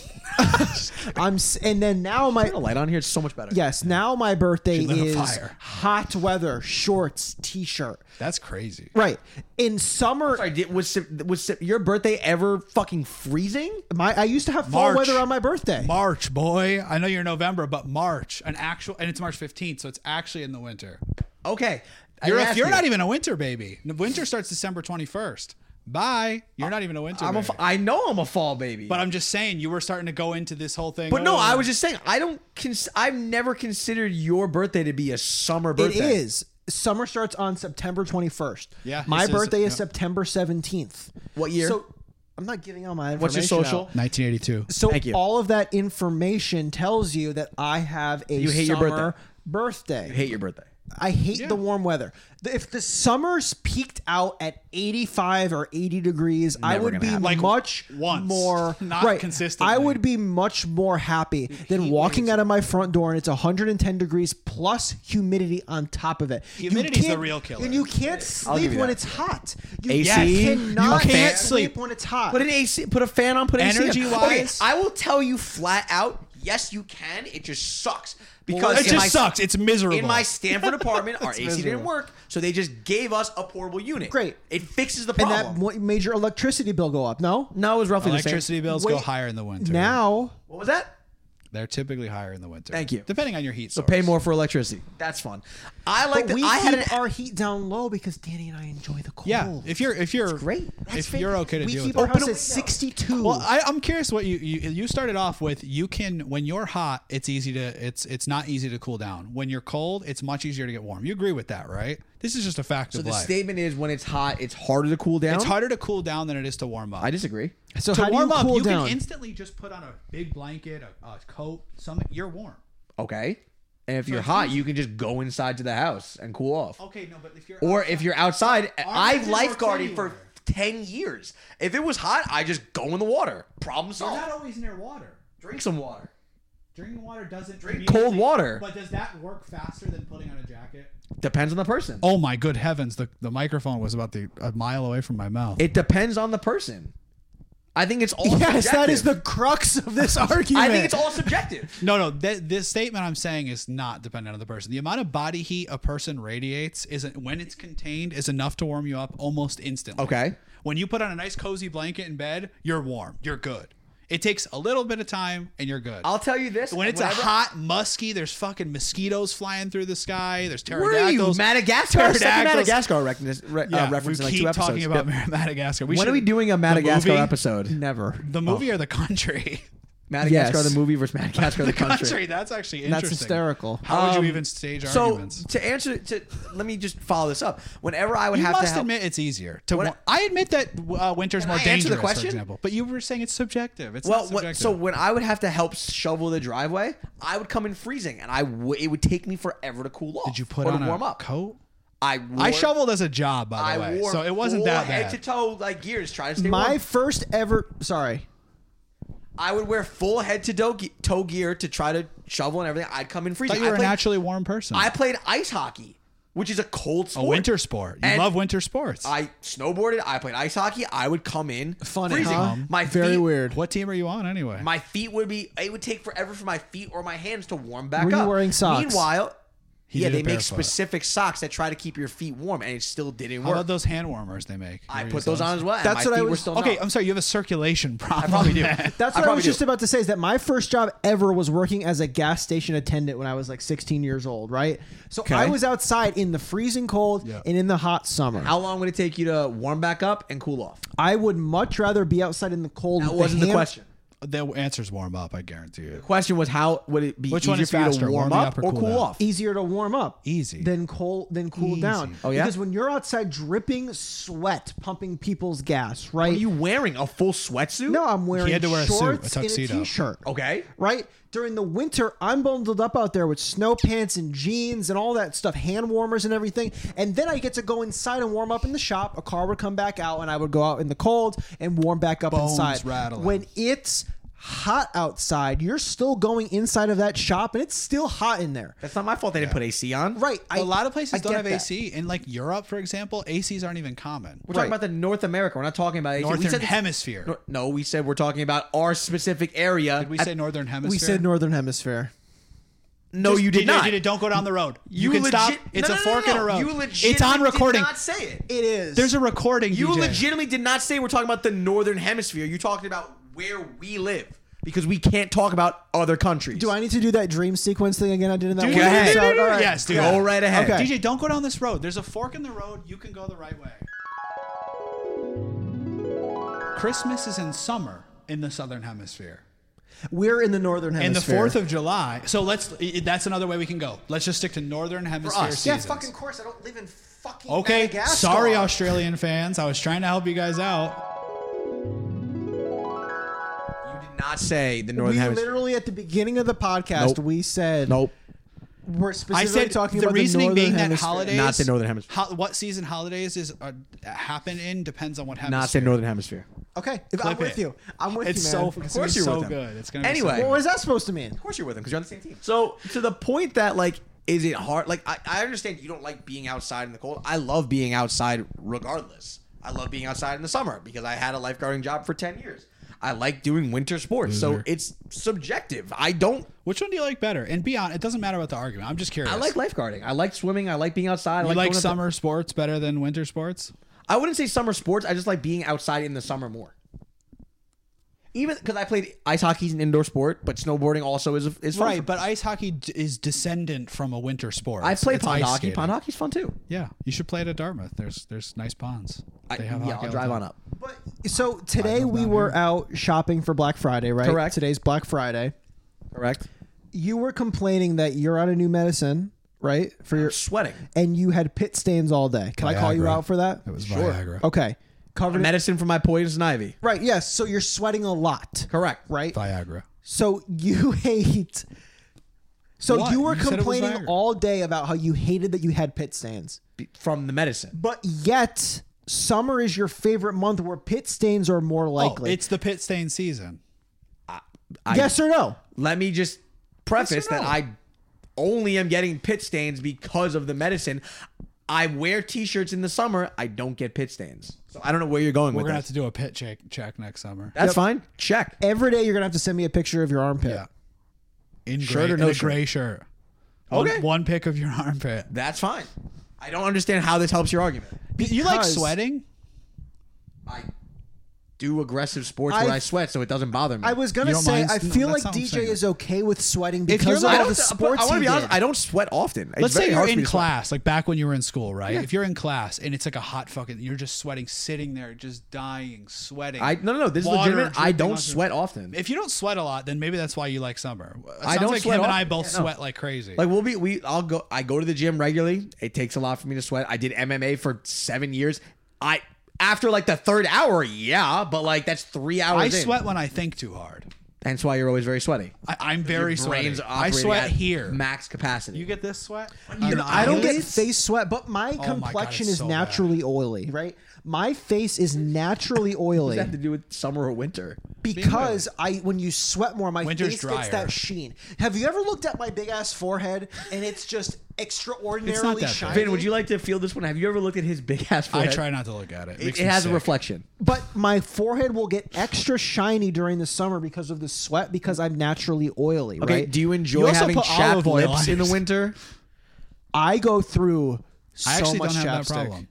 I'm, s- and then now my Put a light on here. It's so much better. yes, now my birthday Should lit a is fire. hot weather, shorts, t-shirt. That's crazy. Right in summer, Sorry, did, was Sep- was Sep- your birthday ever fucking freezing? my I used to have fall March. weather on my birthday. March, boy. I know you're November, but March, an actual, and it's March 15th, so it's actually in the winter. Okay. I You're, didn't a, ask you're you. not even a winter baby. N- Winter starts December 21st. Bye. You're not even a winter Uh, I'm a, baby. fa- I know I'm a fall baby. but I'm just saying, you were starting to go into this whole thing. But no, oh, I Uh. was just saying I don't. Cons- I've never considered your birthday to be a summer It birthday. is. Summer starts on September 21st. Yeah, My it says- birthday is yeah. September 17th. What year? So I'm not giving out my information. What's your social? out. 1982. So Thank you. all of that information tells you that I have a You hate your summer birthday. birthday. I hate your birthday. I hate Yeah. the warm weather. The- If the summers peaked out at 85 or 80 degrees, I Never would gonna be happen. Like, much once. more Not right, consistently. I would be much more happy than heat walking waves out of my front door and it's 110 degrees plus humidity on top of it. You Humidity's the can't- real killer. And you can't give sleep you when that. it's hot. You AC, cannot you can't sleep sleep. when it's hot. Put an AC. Put a fan on. Put an AC. on. Okay, Energy-wise- I will tell you flat out. Yes, you can. It just sucks because It in just my- sucks. It's miserable. In my Stanford apartment, our AC didn't miserable. work, so they just gave us a portable unit. Great. It fixes the and problem. that mo- made your electricity bill go up. No? no, it was roughly Electricity bills go Wait, higher in the winter. Now, What was that? They're typically higher in the winter. Thank you. Depending on your heat So source. pay more for electricity. That's fun. I like but that. we I had an. keep our heat down low because Danny and I enjoy the cold. Yeah. If you're, if you're, great. if you're okay to we deal keep with our it. house at 62. Well, I, I'm curious what you, you you started off with. You can when you're hot, it's easy to it's it's not easy to cool down. When you're cold, it's much easier to get warm. You agree with that, right? This is just a fact of the life. statement is when it's hot, it's harder to cool down. it's harder to cool down than it is to warm up. I disagree. so to how warm do you up, cool you down? can instantly just put on a big blanket, a, a coat, something. You're warm. Okay. And if you're hot, you can just go inside to the house and cool off. Okay, no, but if you're Or if you're outside, I methods work lifeguarded for anywhere. 10 years. If it was hot, I just go in the water. Problem you're solved. always near water. Drink some water. Drinking water doesn't Drink immediately- cold water. But does that work faster than putting on a jacket? Depends on the person. Oh my good heavens! The, the microphone was about the a mile away from my mouth. It depends on the person. I think it's all. Yes, that is the subjective. crux of this argument. I think it's all subjective. no, no. Th- this statement I'm saying is not dependent on the person. The amount of body heat a person radiates isn't when it's contained is enough to warm you up almost instantly. Okay. When you put on a nice cozy blanket in bed, you're warm. You're good. It takes a little bit of time, and you're good. I'll tell you this. when it's whenever- a hot, musky, there's fucking mosquitoes flying through the sky. There's pterodactyls. Where are you? Madagascar. Second Pterodactyls. Madagascar reference, re- Yeah, uh, reference we in like keep two episodes. talking about Yep. Madagascar. We when should- are we doing a Madagascar the movie, episode? Oh. Never. The movie or the country? Madagascar Yes. the movie versus Madagascar the, country. That's actually interesting. That's hysterical. How would Um, you even stage So arguments? to answer to let me just follow this up. Whenever I would You have to must help, admit it's easier. To What- wa- I admit that uh, winter's Can more I dangerous. answer the For question? example, but you were saying it's subjective. It's well, not what, subjective. so when I would have to help shovel the driveway, I would come in freezing, and I w- it would take me forever to cool off. did you put or on to warm a up? coat? I wore, I shoveled as a job, by the I way, wore so it wasn't full that head bad. to toe like gears trying to stay my warm. first ever. Sorry, I would wear full head to toe, ge- toe gear to try to shovel and everything. I'd come in I freezing. thought you were I a played, naturally warm person. I played ice hockey, which is a cold a sport. winter sport. You And love winter sports. I snowboarded. I played ice hockey. I would come in funny, freezing. huh? My Very feet, weird. what team are you on anyway? My feet would be. It would take forever for my feet or my hands to warm back Were you up. wearing socks? Meanwhile, did yeah, it they make barefoot. specific socks that try to keep your feet warm, and it still didn't How work. about those hand warmers they make? You I ever put use those on as well. and That's my what I feet were was- still Okay, numb. I'm sorry. You have a circulation problem. probably do. That's I what I, probably was do. just about to say. Is that my first job ever was working as a gas station attendant when I was like 16 years old, right? So I was outside in the freezing cold Yeah. and in the hot summer. How long would it take you to warm back up and cool off? I would much rather be outside in the cold. That with wasn't the hand- question. The answers warm up. I guarantee you. The question was how would it be Which one easier is for you faster, to warm warming up or cool, down? off? Easier to warm up, Easy. than cold, than cool Easy. down. Oh, yeah? because when you're outside dripping sweat, pumping people's gas, right? Are you wearing a full sweatsuit? no, I'm wearing had to wear a suit, a shorts tuxedo. and a t-shirt. Okay. right? During the winter, I'm bundled up out there with snow pants and jeans and all that stuff, hand warmers and everything. And then I get to go inside and warm up in the shop. A car would come back out, and I would go out in the cold and warm back up Bones inside. rattling. When it's hot outside, you're still going inside of that shop, and it's still hot in there. That's not my fault. They didn't put AC on. Right. I- A lot of places I don't get have that. AC. In like Europe, for example, ACs aren't even common. We're Right. talking about the North America. We're not talking about AC. We Northern said- Hemisphere. No- No, we said we're talking about our specific area. Did we At- say Northern Hemisphere? We said Northern Hemisphere. no? you did not. Did it, don't go down the road. You, can legit- stop. No, It's no, a no, fork no, in a no. road. You it's on legitimately recording. E Did not say it. It is. There's a recording. You DJ. legitimately did not say we're talking about the northern hemisphere. You're talking about where we live because we can't talk about other countries. Do I need to do that dream sequence thing again? I did in that Dude, one go ahead. episode? All right. Yes, dude. Go right ahead. Okay. DJ, don't go down this road. There's a fork in the road. You can go the right way. Christmas is in summer in the Southern Hemisphere. We're in the Northern And the Hemisphere. 4th of July. So let's, i- i- that's another way we can go. Let's just stick to Northern Hemisphere. us. Yeah, seasons. fucking course. I don't live in fucking. Okay, Madagascar. sorry, Australian fans. I was trying to help you guys out. You did not say the northern we hemisphere. literally at the beginning of the podcast Nope. we said nope. We're I specifically said talking the about reasoning the Northern being that Hemisphere. holidays, Not the Northern Hemisphere. ho- what season holidays is uh, happen in depends on what happens. Not say northern hemisphere. Okay, I'm Clip with it. you. I'm with It's you, man. so Of course you're so with them. good. It's gonna be Anyway. so what was that supposed to mean? Of course you're with him because you're on the same team. So to the point that like, is it hard? Like I, I understand you don't like being outside in the cold. I love being outside regardless. I love being outside in the summer because I had a lifeguarding job for ten years. I like doing winter sports, Mm-hmm. so it's subjective. I don't. Which one do you like better? And be honest, it doesn't matter about the argument. I'm just curious. I like lifeguarding. I like swimming. I like being outside. I You like, like, going up to- summer sports better than winter sports? I wouldn't say summer sports. I just like being outside in the summer more. Even because I played ice hockey is an indoor sport, but snowboarding also is is fun. Right, but ice hockey d- is descendant from a winter sport. I It's- play it's pond ice hockey. skating. Pond hockey's fun too. Yeah, you should play it at Dartmouth. There's there's nice ponds. I, They have hockey yeah, I'll all drive the on time. up. But so today we that were movie. out shopping for Black Friday, right? Correct. Today's Black Friday. Correct. You were complaining that you're out of new medicine, right? For your Sweating. and you had pit stains all day. Can I call you Viagra. out for that? It was Viagra. Okay. Covered. in- Medicine for my poison ivy. right. Yes. So you're sweating a lot. Correct. Right. Viagra. So you hate. So What? you were You said it was complaining Viagra. all day about how you hated that you had pit stains. Be- From the medicine. But yet, summer is your favorite month where pit stains are more Oh, likely. it's the pit stain season. I- yes or no? Let me just preface or that no? I only am getting pit stains because of the medicine. I wear T-shirts in the summer. I don't get pit stains, so I don't know where you're going We're with gonna have that. to do a pit check check next summer. That's fine. Check. Every day you're gonna have to send me a picture of your armpit. Yeah. In gray, Shirt or in no a shirt? gray shirt. One- Okay. one pick of your armpit. That's fine. I don't understand how this helps your argument. You like Because- sweating? I do aggressive sports where I- I sweat, so it doesn't bother me. I was gonna You don't say mind- no, I feel that's like not what I'm DJ saying. is okay with sweating because you're of not- all I the don't- sports. I want to be he honest. did. I don't sweat often. It's Let's very say you're hard for in me to sweat. class, like back when you were in school, right? If you're in class and it's like a hot fucking, you're just sweating, sitting there, just dying, sweating. I no no no. This is Water legitimate. I dripping don't onto- sweat often. If you don't sweat a lot, then maybe that's why you like summer. It I sounds don't like sweat him and often. I both Yeah, no. sweat like crazy. Like we'll be we I'll go I go to the gym regularly. It takes a lot for me to sweat. I did MMA for seven years. I after like the third hour, yeah, but like that's three I hours. in. sweat when I think too hard. Hence why you're always very sweaty. I, I'm very Your brain's sweaty. I operating sweat at here. max capacity. You get this sweat? On the I don't get eyelids? face sweat, but my Oh God, complexion it's is so bad. naturally oily, right? My face is naturally oily. Does that have to do with summer or winter? because I when you sweat more, my Winter's face drier. gets that sheen. Have you ever looked at my big ass forehead and it's just extraordinarily that bad. shiny? Vin, would you like to feel this one? Have you ever looked at his big ass I forehead? try not to look at it. It, makes it me has a sick. reflection. But my forehead will get extra shiny during the summer because of the sweat because I'm naturally oily. Okay. right? Do you enjoy also having put olive chapped oil lips on in the yours. winter? I go through so I actually much don't have chapstick. that problem.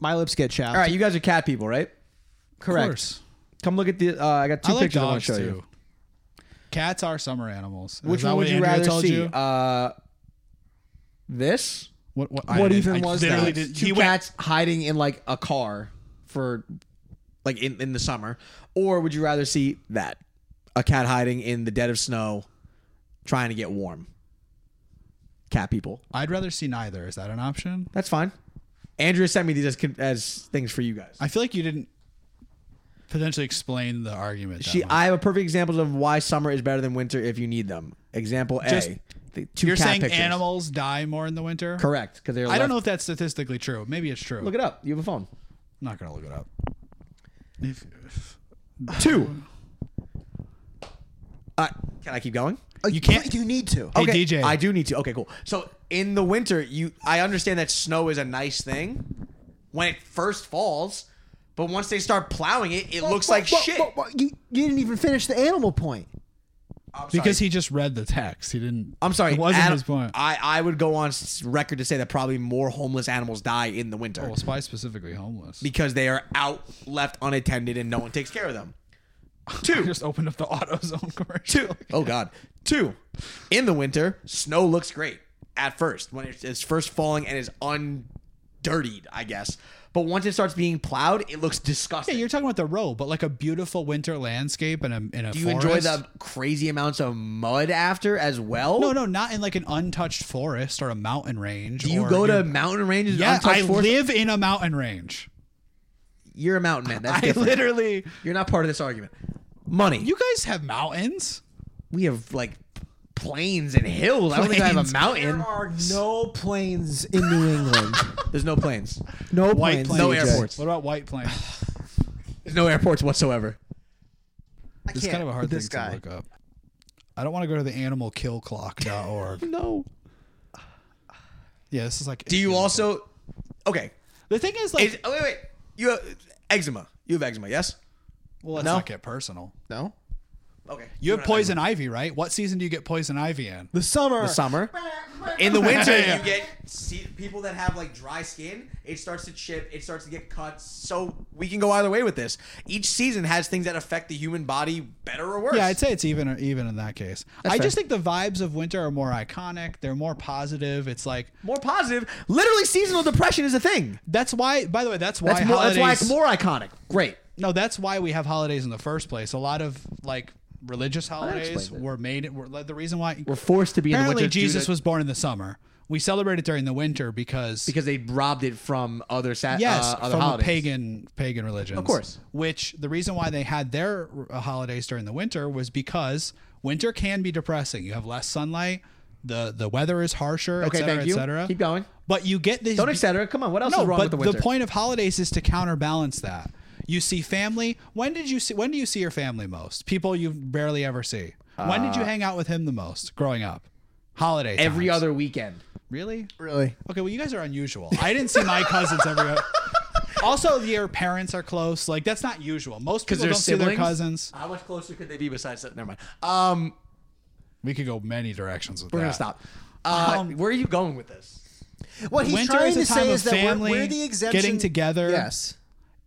My lips get chapped. All right, you guys are cat people, right? Of correct. course. Come look at the. Uh, I got two I like pictures I want dogs to show too. you. Cats are summer animals. Which Is that one what would you Andrea rather told see? you? Uh, this. what what, what didn't- even was literally that? didn't- two he went. cats hiding in like a car for like in, in the summer or would you rather see that a cat hiding in the dead of snow trying to get warm cat people I'd rather see neither. Is that an option? that's fine andrea sent me these as, con- as things for you guys I feel like you didn't potentially explain the argument. That she much. i have a perfect example of why summer is better than winter if you need them example Just- a the two You're cat saying pictures. animals die more in the winter? correct because they're I don't know left- if that's statistically true. Maybe it's true. look it up you have a phone I'm not gonna look it up. two uh, can i keep going you can't- You need to. Hey, Okay, DJ. I do need to. Okay, cool. So in the winter, you I understand that snow is a nice thing when it first falls, but once they start plowing it, it looks Whoa, like whoa, shit. whoa, whoa, You, you didn't even finish the animal point. I'm sorry. because he just read the text. He didn't. I'm sorry. It wasn't Adam- his point. I, I would go on s- record to say that probably more homeless animals die in the winter well, spy specifically homeless. because they are out left unattended and no one takes care of them. Two. I just opened up the AutoZone commercial. Two. Oh God. Two. In the winter, snow looks great at first when it's- it's first falling and is undirtied, I guess. But once it starts being plowed, it looks disgusting. Yeah, you're talking about the road, but like a beautiful winter landscape and a in a. Do you enjoy the crazy amounts of mud after as well? No, no, not in like an untouched forest or a mountain range. Do you or go to you're- mountain ranges? and Yeah, untouched I forests? live in a mountain range. You're a mountain man. That's I different. literally. You're not part of this argument. Money. You guys have mountains. we have like plains and hills. I don't think I have a Plains. mountain. There are no planes in New England. There's no plains. No White planes. planes. No DJ. airports. What about white plains? There's no airports whatsoever. I It's can't kind of a hard with thing this to guy. look up. I don't want to go to the animalkillclock.org. No. yeah, this is like. Do you also? Okay. The thing is, like, Is, oh, wait, wait. You have eczema. You have eczema, yes? well, let's no. not get personal. No. Okay. You have don't poison ivy, right? What season do you get poison ivy in? The summer. eczema. summer. In the winter, you get see, people that have like dry skin. It starts to chip. It starts to get cuts. So we can go either way with this. Each season has things that affect the human body better or worse. Yeah, I'd say it's even even in that case. I just think the vibes of winter are more iconic. They're more positive. It's like more positive. Literally, seasonal depression is a thing. that's why. By the way, that's why That's, more, that's holidays. why it's more iconic. Great. no, that's why we have holidays in the first place. A lot of like religious holidays explained it. were made. Were, the reason why We're forced to be apparently in the winter. due Jesus to- was born in the summer. We celebrate it during the winter because because they robbed it from other sa- yes, uh, other from holidays. a pagan pagan religions. Of course. Which the reason why they had their uh, holidays during the winter was because winter can be depressing. You have less sunlight. the The weather is harsher. Okay, et cetera, thank you. Et cetera. Keep going. But you get these. Don't etc. Come on. What else no, is wrong but with the winter? point of holidays is to counterbalance that. You see family. When did you see? When do you see your family most? People you barely ever see. when did you hang out with him the most growing up? Holiday. Uh, every times. other weekend. Really? Really? Okay, well, you guys are unusual. I didn't see my cousins every other. Also, your parents are close. Like that's not usual. Most people they're don't see their siblings? cousins. How much closer could they be besides that? Never mind. Um, We could go many directions with we're that. gonna stop. Uh, Um, where are you going with this? What he's Winter trying is a to time say of is that we're, family, we're the exemption. getting together. Yes.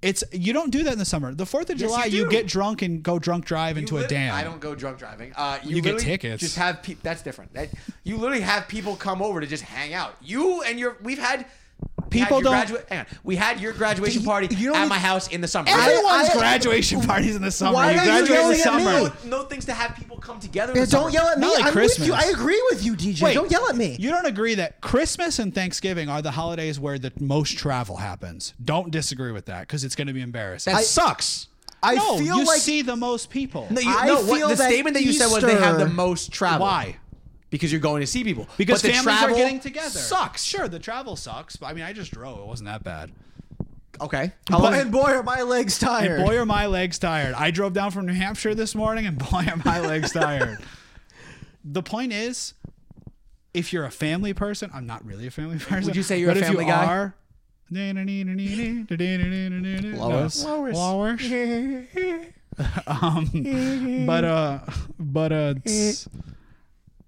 It's you don't do that in the summer. The Fourth of Yes, July, you you, do. get drunk and go drunk drive into a You lit- dam. I don't go drunk driving. Uh, you You get literally tickets. Just have pe- that's different. That, you literally have people come over to just hang out. You and your we've had we had People your don't- hang on. We had your graduation party you don't at need- my house in the summer. Everyone's I- graduation parties in the summer. Why you are you graduate in the yelling at me? summer. no, no things to have people come together. in Yeah, the don't summer. yell at me. Not like I'm with you. I Christmas. agree with you, DJ. Wait. don't yell at me. You don't agree that Christmas and Thanksgiving are the holidays where the most travel happens. Don't disagree with that because it's going to be embarrassing. That sucks. I no, feel you like see the most people. No, you, I no what, feel the that statement that you said was they have the Easter- most travel. Why? Because you're going to see people. Because but the families are travel getting together. Sucks. Sure, the travel sucks, but I mean, I just drove. It wasn't that bad. Okay. Boy, and boy, are my legs tired. And boy, are my legs tired. I drove down from New Hampshire this morning, and boy, are my legs tired. The point is, if you're a family person, I'm not really a family person. you say you're but a if family you guy? Are, Lois. Lois. um, but uh, but uh, it's-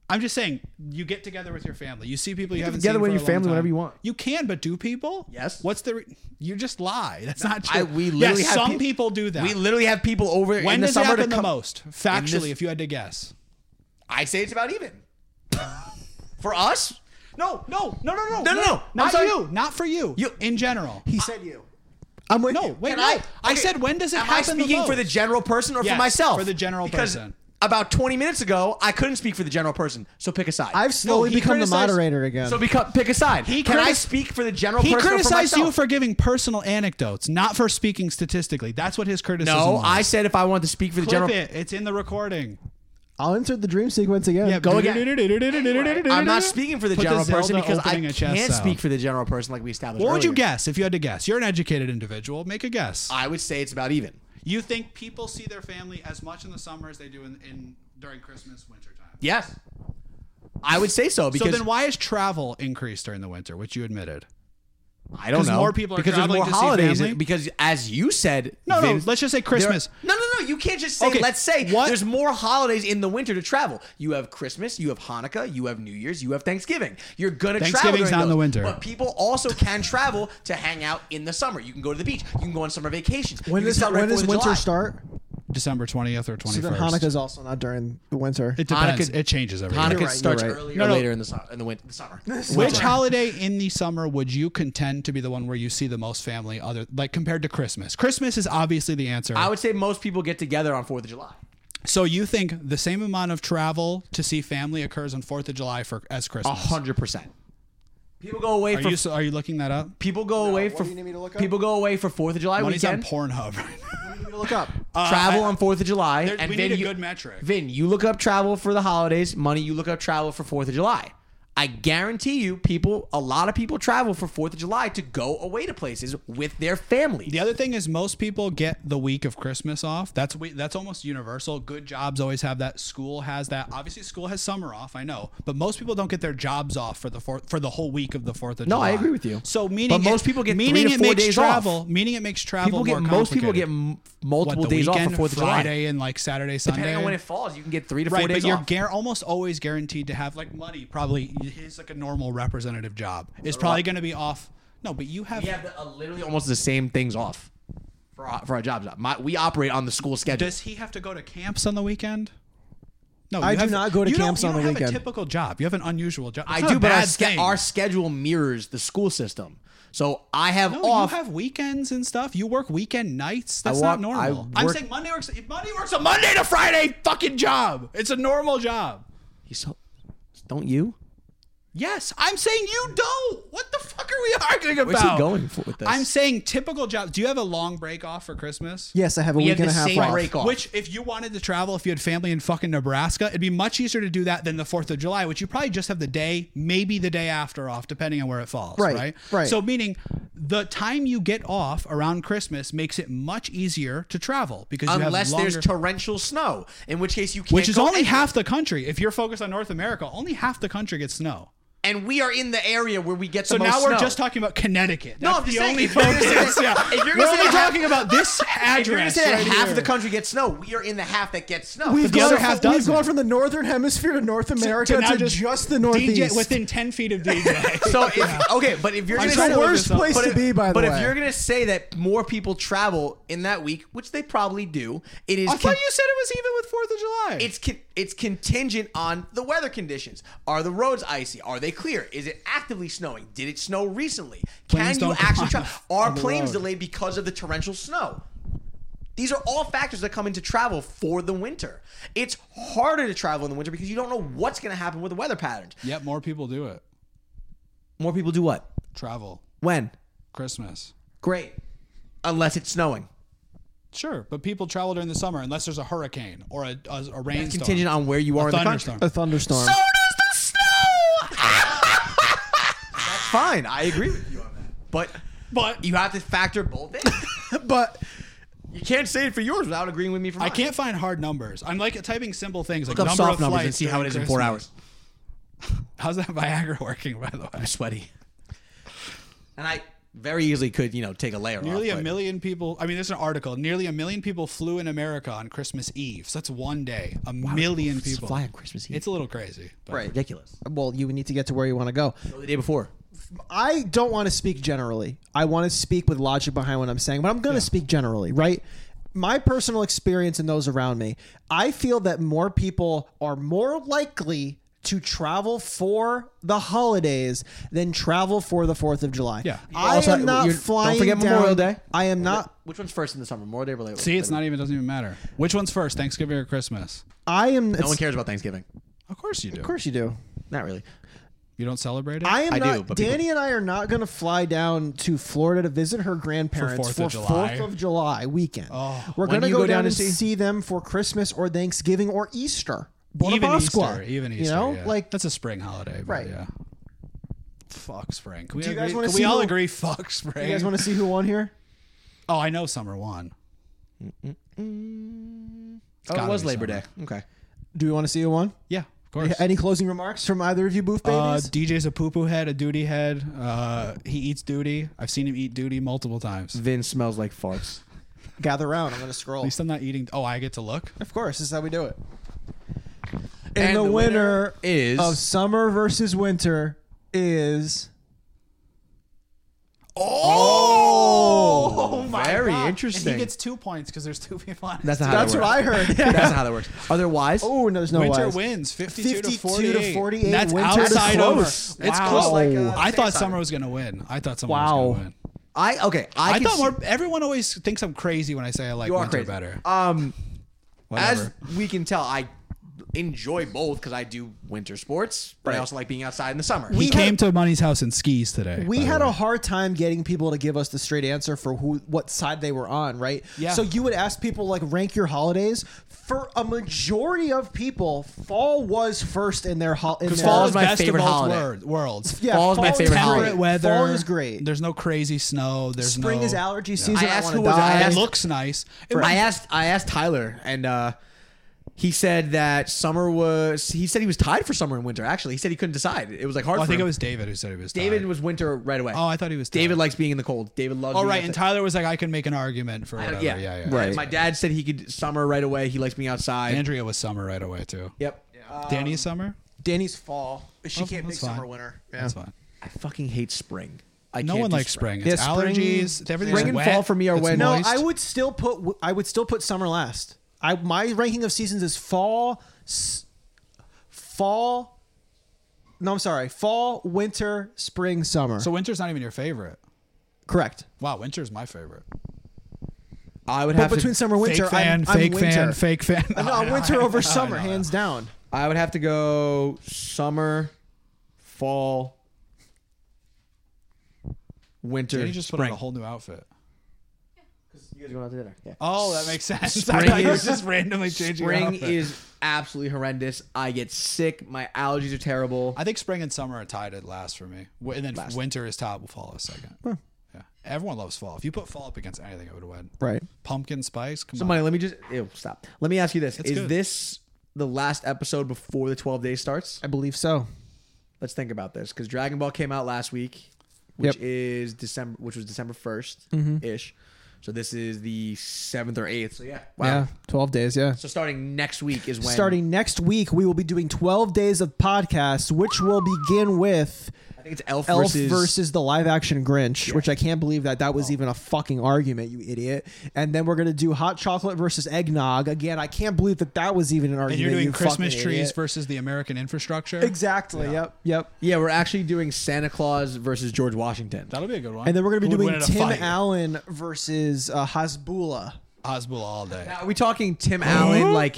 I'm just saying, you get together with your family. You see people you, haven't together seen for with a your long family time. whenever you want. You can, but do people? Yes. What's the? Re- you just lie. That's not true. I- we literally yes, have some peop- people do that. we literally have people over when in the does summer it to happen come. the most? Factually, this- if you had to guess. I say it's about even. For us, No, no, no, no, no, no, no. I'm Not sorry. you. Not for you. You- in general. he said you. I'm with No, you. wait. Can no. I- I, okay, said when does it am I happen? speaking the for the most? general person or Yes, for myself? for the general Because person. About 20 minutes ago, I couldn't speak for the general person, so pick a side. I've slowly he become the criticized- moderator again. so become, pick a side. He Can I critic- speak for the general He person or for criticized myself? you for giving personal anecdotes, not for speaking statistically. That's what his criticism. No, was. I said if I wanted to speak for the clip general it. It's in the recording. I'll insert the dream sequence again. Yeah, go again. Anyway, I'm not speaking for the Put general Zelda person because I opening a can't chest out. speak for the general person like we established. What would you earlier. guess if you had to guess? You're an educated individual. Make a guess. I would say it's about even. You think people see their family as much in the summer as they do in, in during Christmas, wintertime? Yes, I would say so So because then, why is travel increased during the winter, which you admitted? I don't 'Cause know. more people are because there's traveling more to see holidays. family? Because as you said, No, no. Vince, Let's just say there- Christmas. No, no, no. You can't just say. Okay, Let's say what- there's more holidays in the winter to travel. You have Christmas, you have Hanukkah, you have New Year's, you have Thanksgiving. You're gonna Thanksgiving's travel during not in the those. winter. But people also can travel to hang out in the summer. You can go to the beach. You can go on summer vacations. when you can does celebrate when does 4th of winter July. start? December twentieth or So twenty then first. Hanukkah's also not during the winter. It depends. Hanukkah- it changes every year. Hanukkah You're right, starts you're right. earlier No, or no. later in the summer. In the winter, the summer. Which holiday in the summer would you contend to be the one where you see the most family, other like compared to Christmas? Christmas is obviously the answer. I would say most people get together on Fourth of July. so you think the same amount of travel to see family occurs on Fourth of July for as A Christmas? hundred percent. People go away Are for you so- are you looking that up? people go away what for do you need me to look up? people go away for Fourth of July Money's on weekend. uh, Pornhub right now. look up. travel I- on Fourth of July, There- and we Vin, need a you, good metric. Vin, you look up travel for the holidays. Money, you look up travel for Fourth of July. I guarantee you, people, a lot of people travel for Fourth of July to go away to places with their family. The other thing is most people get the week of Christmas off. That's we, that's almost universal. Good jobs always have that. School has that. Obviously, school has summer off. I know, but most people don't get their jobs off for the four, for the whole week of the Fourth of No, July. I agree with you. So meaning, But most it- people get meaning three to it four makes days travel. off. Meaning it makes travel. people get more most people get complicated. What, m- multiple the days off for weekend, Fourth of July. Friday and like Saturday, Sunday. Depending on when it falls, you can get three to four Right, days but you're off. gar- almost always guaranteed to have like money. Probably his like a normal representative job is probably going to be off. No, but you have we have the, uh, literally almost the same things off for our, for our jobs. My, we operate on the school schedule. Does he have to go to camps on the weekend? No, I you do have- not go to you don't- camps you on don't the have weekend. A typical job. You have an unusual job. I It's not do, a but our, bad ske- thing. our schedule mirrors the school system. So I have no, off. you have weekends and stuff. You work weekend nights. That's walk- not normal. I I'm work- saying Monday works. Monday works a Monday to Friday fucking job. It's a normal job. He's so, don't you? Yes, I'm saying you don't. What the fuck are we arguing about? Where's he going for- with this? I'm saying typical jobs. Do you have a long break off for Christmas? Yes, I have a We week have and the a half same off. break off. Which, if you wanted to travel, if you had family in fucking Nebraska, it'd be much easier to do that than the 4th of July, which you probably just have the day, maybe the day after off, depending on where it falls. Right, Right. right. So, meaning the time you get off around Christmas makes it much easier to travel because you Unless have longer, there's torrential snow, in which case you can't. which is go only anywhere. half the country. If you're focused on North America, only half the country gets snow. And we are in the area where we get So the most now we're snow. just talking about Connecticut. No, That's I'm just the saying, only if you're gonna say- focus. yeah. if you're we're gonna say only half- talking about this address. If you're gonna say that right half here. the country gets snow, we are in the half that gets snow. We've, the gone, other from, half we've doesn't. gone from the northern hemisphere to North America to, now just, the northeast. DJ within ten feet of DJ. So if, okay, but if you're I'm gonna trying say to look this up. Worst place but to if- be, by the but way. if you're gonna say that more people travel in that week, which they probably do, it is. I con- thought you said it was even with Fourth of July. it's con- it's contingent on the weather conditions. Are the roads icy? Are they clear? Is it actively snowing? Did it snow recently? Planes Can you don't go actually on travel? the- Are on the planes road. delayed because of the torrential snow? These are all factors that come into travel for the winter. It's harder to travel in the winter because you don't know what's going to happen with the weather patterns. yet more people do it. More people do what? Travel When? Christmas. Great. Unless it's snowing. Sure, but people travel during the summer unless there's a hurricane or a, a, a rainstorm. Contingent on where you are a in the country. thunderstorm. a thunderstorm. does the snow. That's fine. I agree with you on that. But But you have to factor both in. but you can't say it for yours without agreeing with me for mine. I can't find hard numbers. I'm like typing simple things like look up number soft of numbers flights and see how during it is in four Christmas. hours. How's that Viagra working, by the way? I'm sweaty. And I very easily could, you know, take a layer Nearly off. a but- million people. I mean, there's an article. Nearly a million people flew in America on Christmas Eve. So that's one day. A million Just people. Fly on Christmas Eve. It's a little crazy. but- right. ridiculous. well, you need to get to where you want to go. Go the day before. I don't want to speak generally. I want to speak with logic behind what I'm saying, but I'm going to speak generally, right? My personal experience and those around me, I feel that more people are more likely to travel for the holidays than travel for the 4th of July. Yeah. I Also, am not you're- don't flying forget down- Memorial Day. I am not Which one's first in the summer? More day or later? See, it's not even doesn't even matter. Which one's first, Thanksgiving or Christmas? I am No one cares about Thanksgiving. Of course you do. Of course you do. Not really. You don't celebrate it. I am I do, not. but people- Danny and I are not going to fly down to Florida to visit her grandparents For 4th of for July. Oh. Fourth of July weekend. We're When going to you go, go down, down to and see? see- them for Christmas or Thanksgiving or Easter. Bona even Pasqua, Easter. Even Easter. You know, yeah. like that's a spring holiday. But Right. Yeah. Fuck spring. Can we, you guys agree- wanna can see we all who- agree? Fuck spring. you guys want to see who won here? oh, I know summer won. Oh, it gotta was be Labor summer. Day. Okay. Do we want to see who won? Yeah, of course. Any closing remarks from either of you, booth Uh, babies? DJ's a poo poo head, a duty head. Uh, he eats duty. I've seen him eat duty multiple times. At Vin smells like farts. Gather round. I'm going to scroll. least I'm not eating. Oh, I get to look. Of course, this is how we do it. And, And the, the winner, winner is- of summer versus winter is Oh, Very And he interesting. gets two points because there's two people on. That's his not how that's that what works. I heard. That's not how that works. Otherwise, Oh, no, there's no team. Winter wise. wins 52, 52 to 48. to 48, That's winter to outside over. close. It's Wow. close. Like, uh, I thought Samsung. summer was gonna win. I thought summer Wow. was gonna win. I okay. I, I can thought see- more. Everyone always thinks I'm crazy when I say I like You are winter crazy. better. Um, Whatever. as we can tell, I enjoy both because I do winter sports, but I Right. also like being outside in the summer. he had- came to Money's house in skis today. by We the had way. a hard time getting people to give us the straight answer for who what side they were on, right? Yeah. So you would ask people like rank your holidays. For a majority of people, fall was first in their holiday. Because fall Fall's is my best favorite of both holiday. wor- worlds. yeah, fall's my favorite great. holiday. Temperate weather. Fall is great. There's no crazy snow. There's Spring no, is allergy I season. I, asked want to who was- I die. It asked- looks nice. It I asked I asked Tyler and uh, he said that summer was he said he was tied for summer and winter. Actually, he said he couldn't decide. It was like hard. Well, I for think it him. was David who said it was. David tied. was winter right away. Oh, I thought he was. David tied. likes being in the cold. David loves. Oh, being right. outside. And Tyler was like, I can make an argument for whatever. Yeah, yeah. Right. My dad said he could summer right away. He likes being outside. Andrea was summer right away too. yep. Danny's summer. Danny's fall. She Oh, can't pick that's summer fine. winter. That's fine. I fucking hate spring. I No can't one do likes spring. It's Yeah, spring- allergies. everything's spring and wet. fall for me are it's wet. No, moist. I would still put I would still put summer last. I my ranking of seasons is fall, s- fall. No, I'm sorry. Fall, winter, spring, summer. So winter's not even your favorite. correct. Wow, winter's my favorite. I would But have between to, summer, winter, fake fan, I'm, I'm fake winter. fan, fake fan. Uh, No, I'm winter over summer, hands down. I would have to go summer, fall, winter, Danny just put spring. on a whole new outfit. you guys are going out to dinner. Yeah. Oh, that makes sense. Spring I thought you was is- just randomly changing. your Spring outfit. is absolutely horrendous. I get sick. My allergies are terrible. I think spring and summer are tied at last for me, W- and then Last. winter is top, fall is second. Yeah, Everyone loves fall. If you put fall up against anything, it would win. Right. Pumpkin spice. Come Somebody, let me just ew, stop. Let me ask you this: It's Is good. this the last episode before the twelve days starts? I believe so. Let's think about this because Dragon Ball came out last week, which Yep. is December, which was December 1st Mm-hmm. ish. So this is the seventh or eighth. So yeah, wow. Yeah, twelve days. Yeah. So starting next week is when Starting next week, we will be doing 12 days of podcasts, which will begin with I think it's Elf, Elf versus, versus, the live action Grinch, which I can't believe that that Oh. was even a fucking argument, you idiot. And then we're going to do Hot Chocolate versus Eggnog. Again, I can't believe that that was even an argument. And you're doing you Christmas fucking trees idiot. versus the American infrastructure. Exactly. Yep. Yep. Yeah, we're actually doing Santa Claus versus George Washington. That'll be a good one. And then we're going to be Who would doing win in a Tim fight? Allen versus uh, Hasbullah. Hasbullah all day. Now, are we talking Tim Allen like,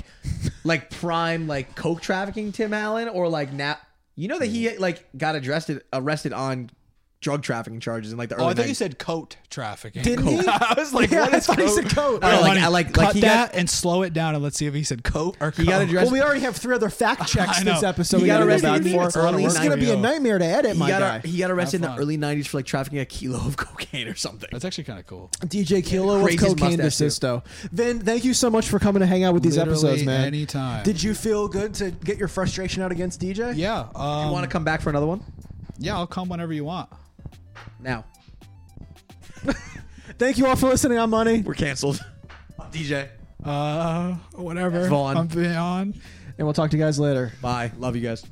like prime like coke trafficking Tim Allen or like now? You know that he like got arrested arrested on drug trafficking charges in like the early. Oh, I thought you 90s. said coat trafficking. Didn't Coat. he? I was like, Yeah, what I is thought he coat? said coat. All No, like- honey, I like- cut like he that got- and slow it down and let's see if he said coat or coat. he got addressed. Well, we already have three other fact checks I this know. episode. He we got gotta go arrested back in for. the early This is going to be a 90s. nightmare to edit, he my got, guy. he got arrested in the fun. early 90s for like trafficking a kilo of cocaine or something. That's actually kind of cool. DJ Kilo with crazy his Cocaine mustache, too. DeSisto. Vin, thank you so much for coming to hang out with these Literally episodes, man. anytime. Did you feel good to get your frustration out against DJ? Yeah. Um, you want to come back for another one? yeah, I'll come whenever you want. Now Thank you all for listening. I'm Money. we're canceled. DJ, Uh, whatever. Vaughn. I'm beyond. And we'll talk to you guys later. bye. Love you guys.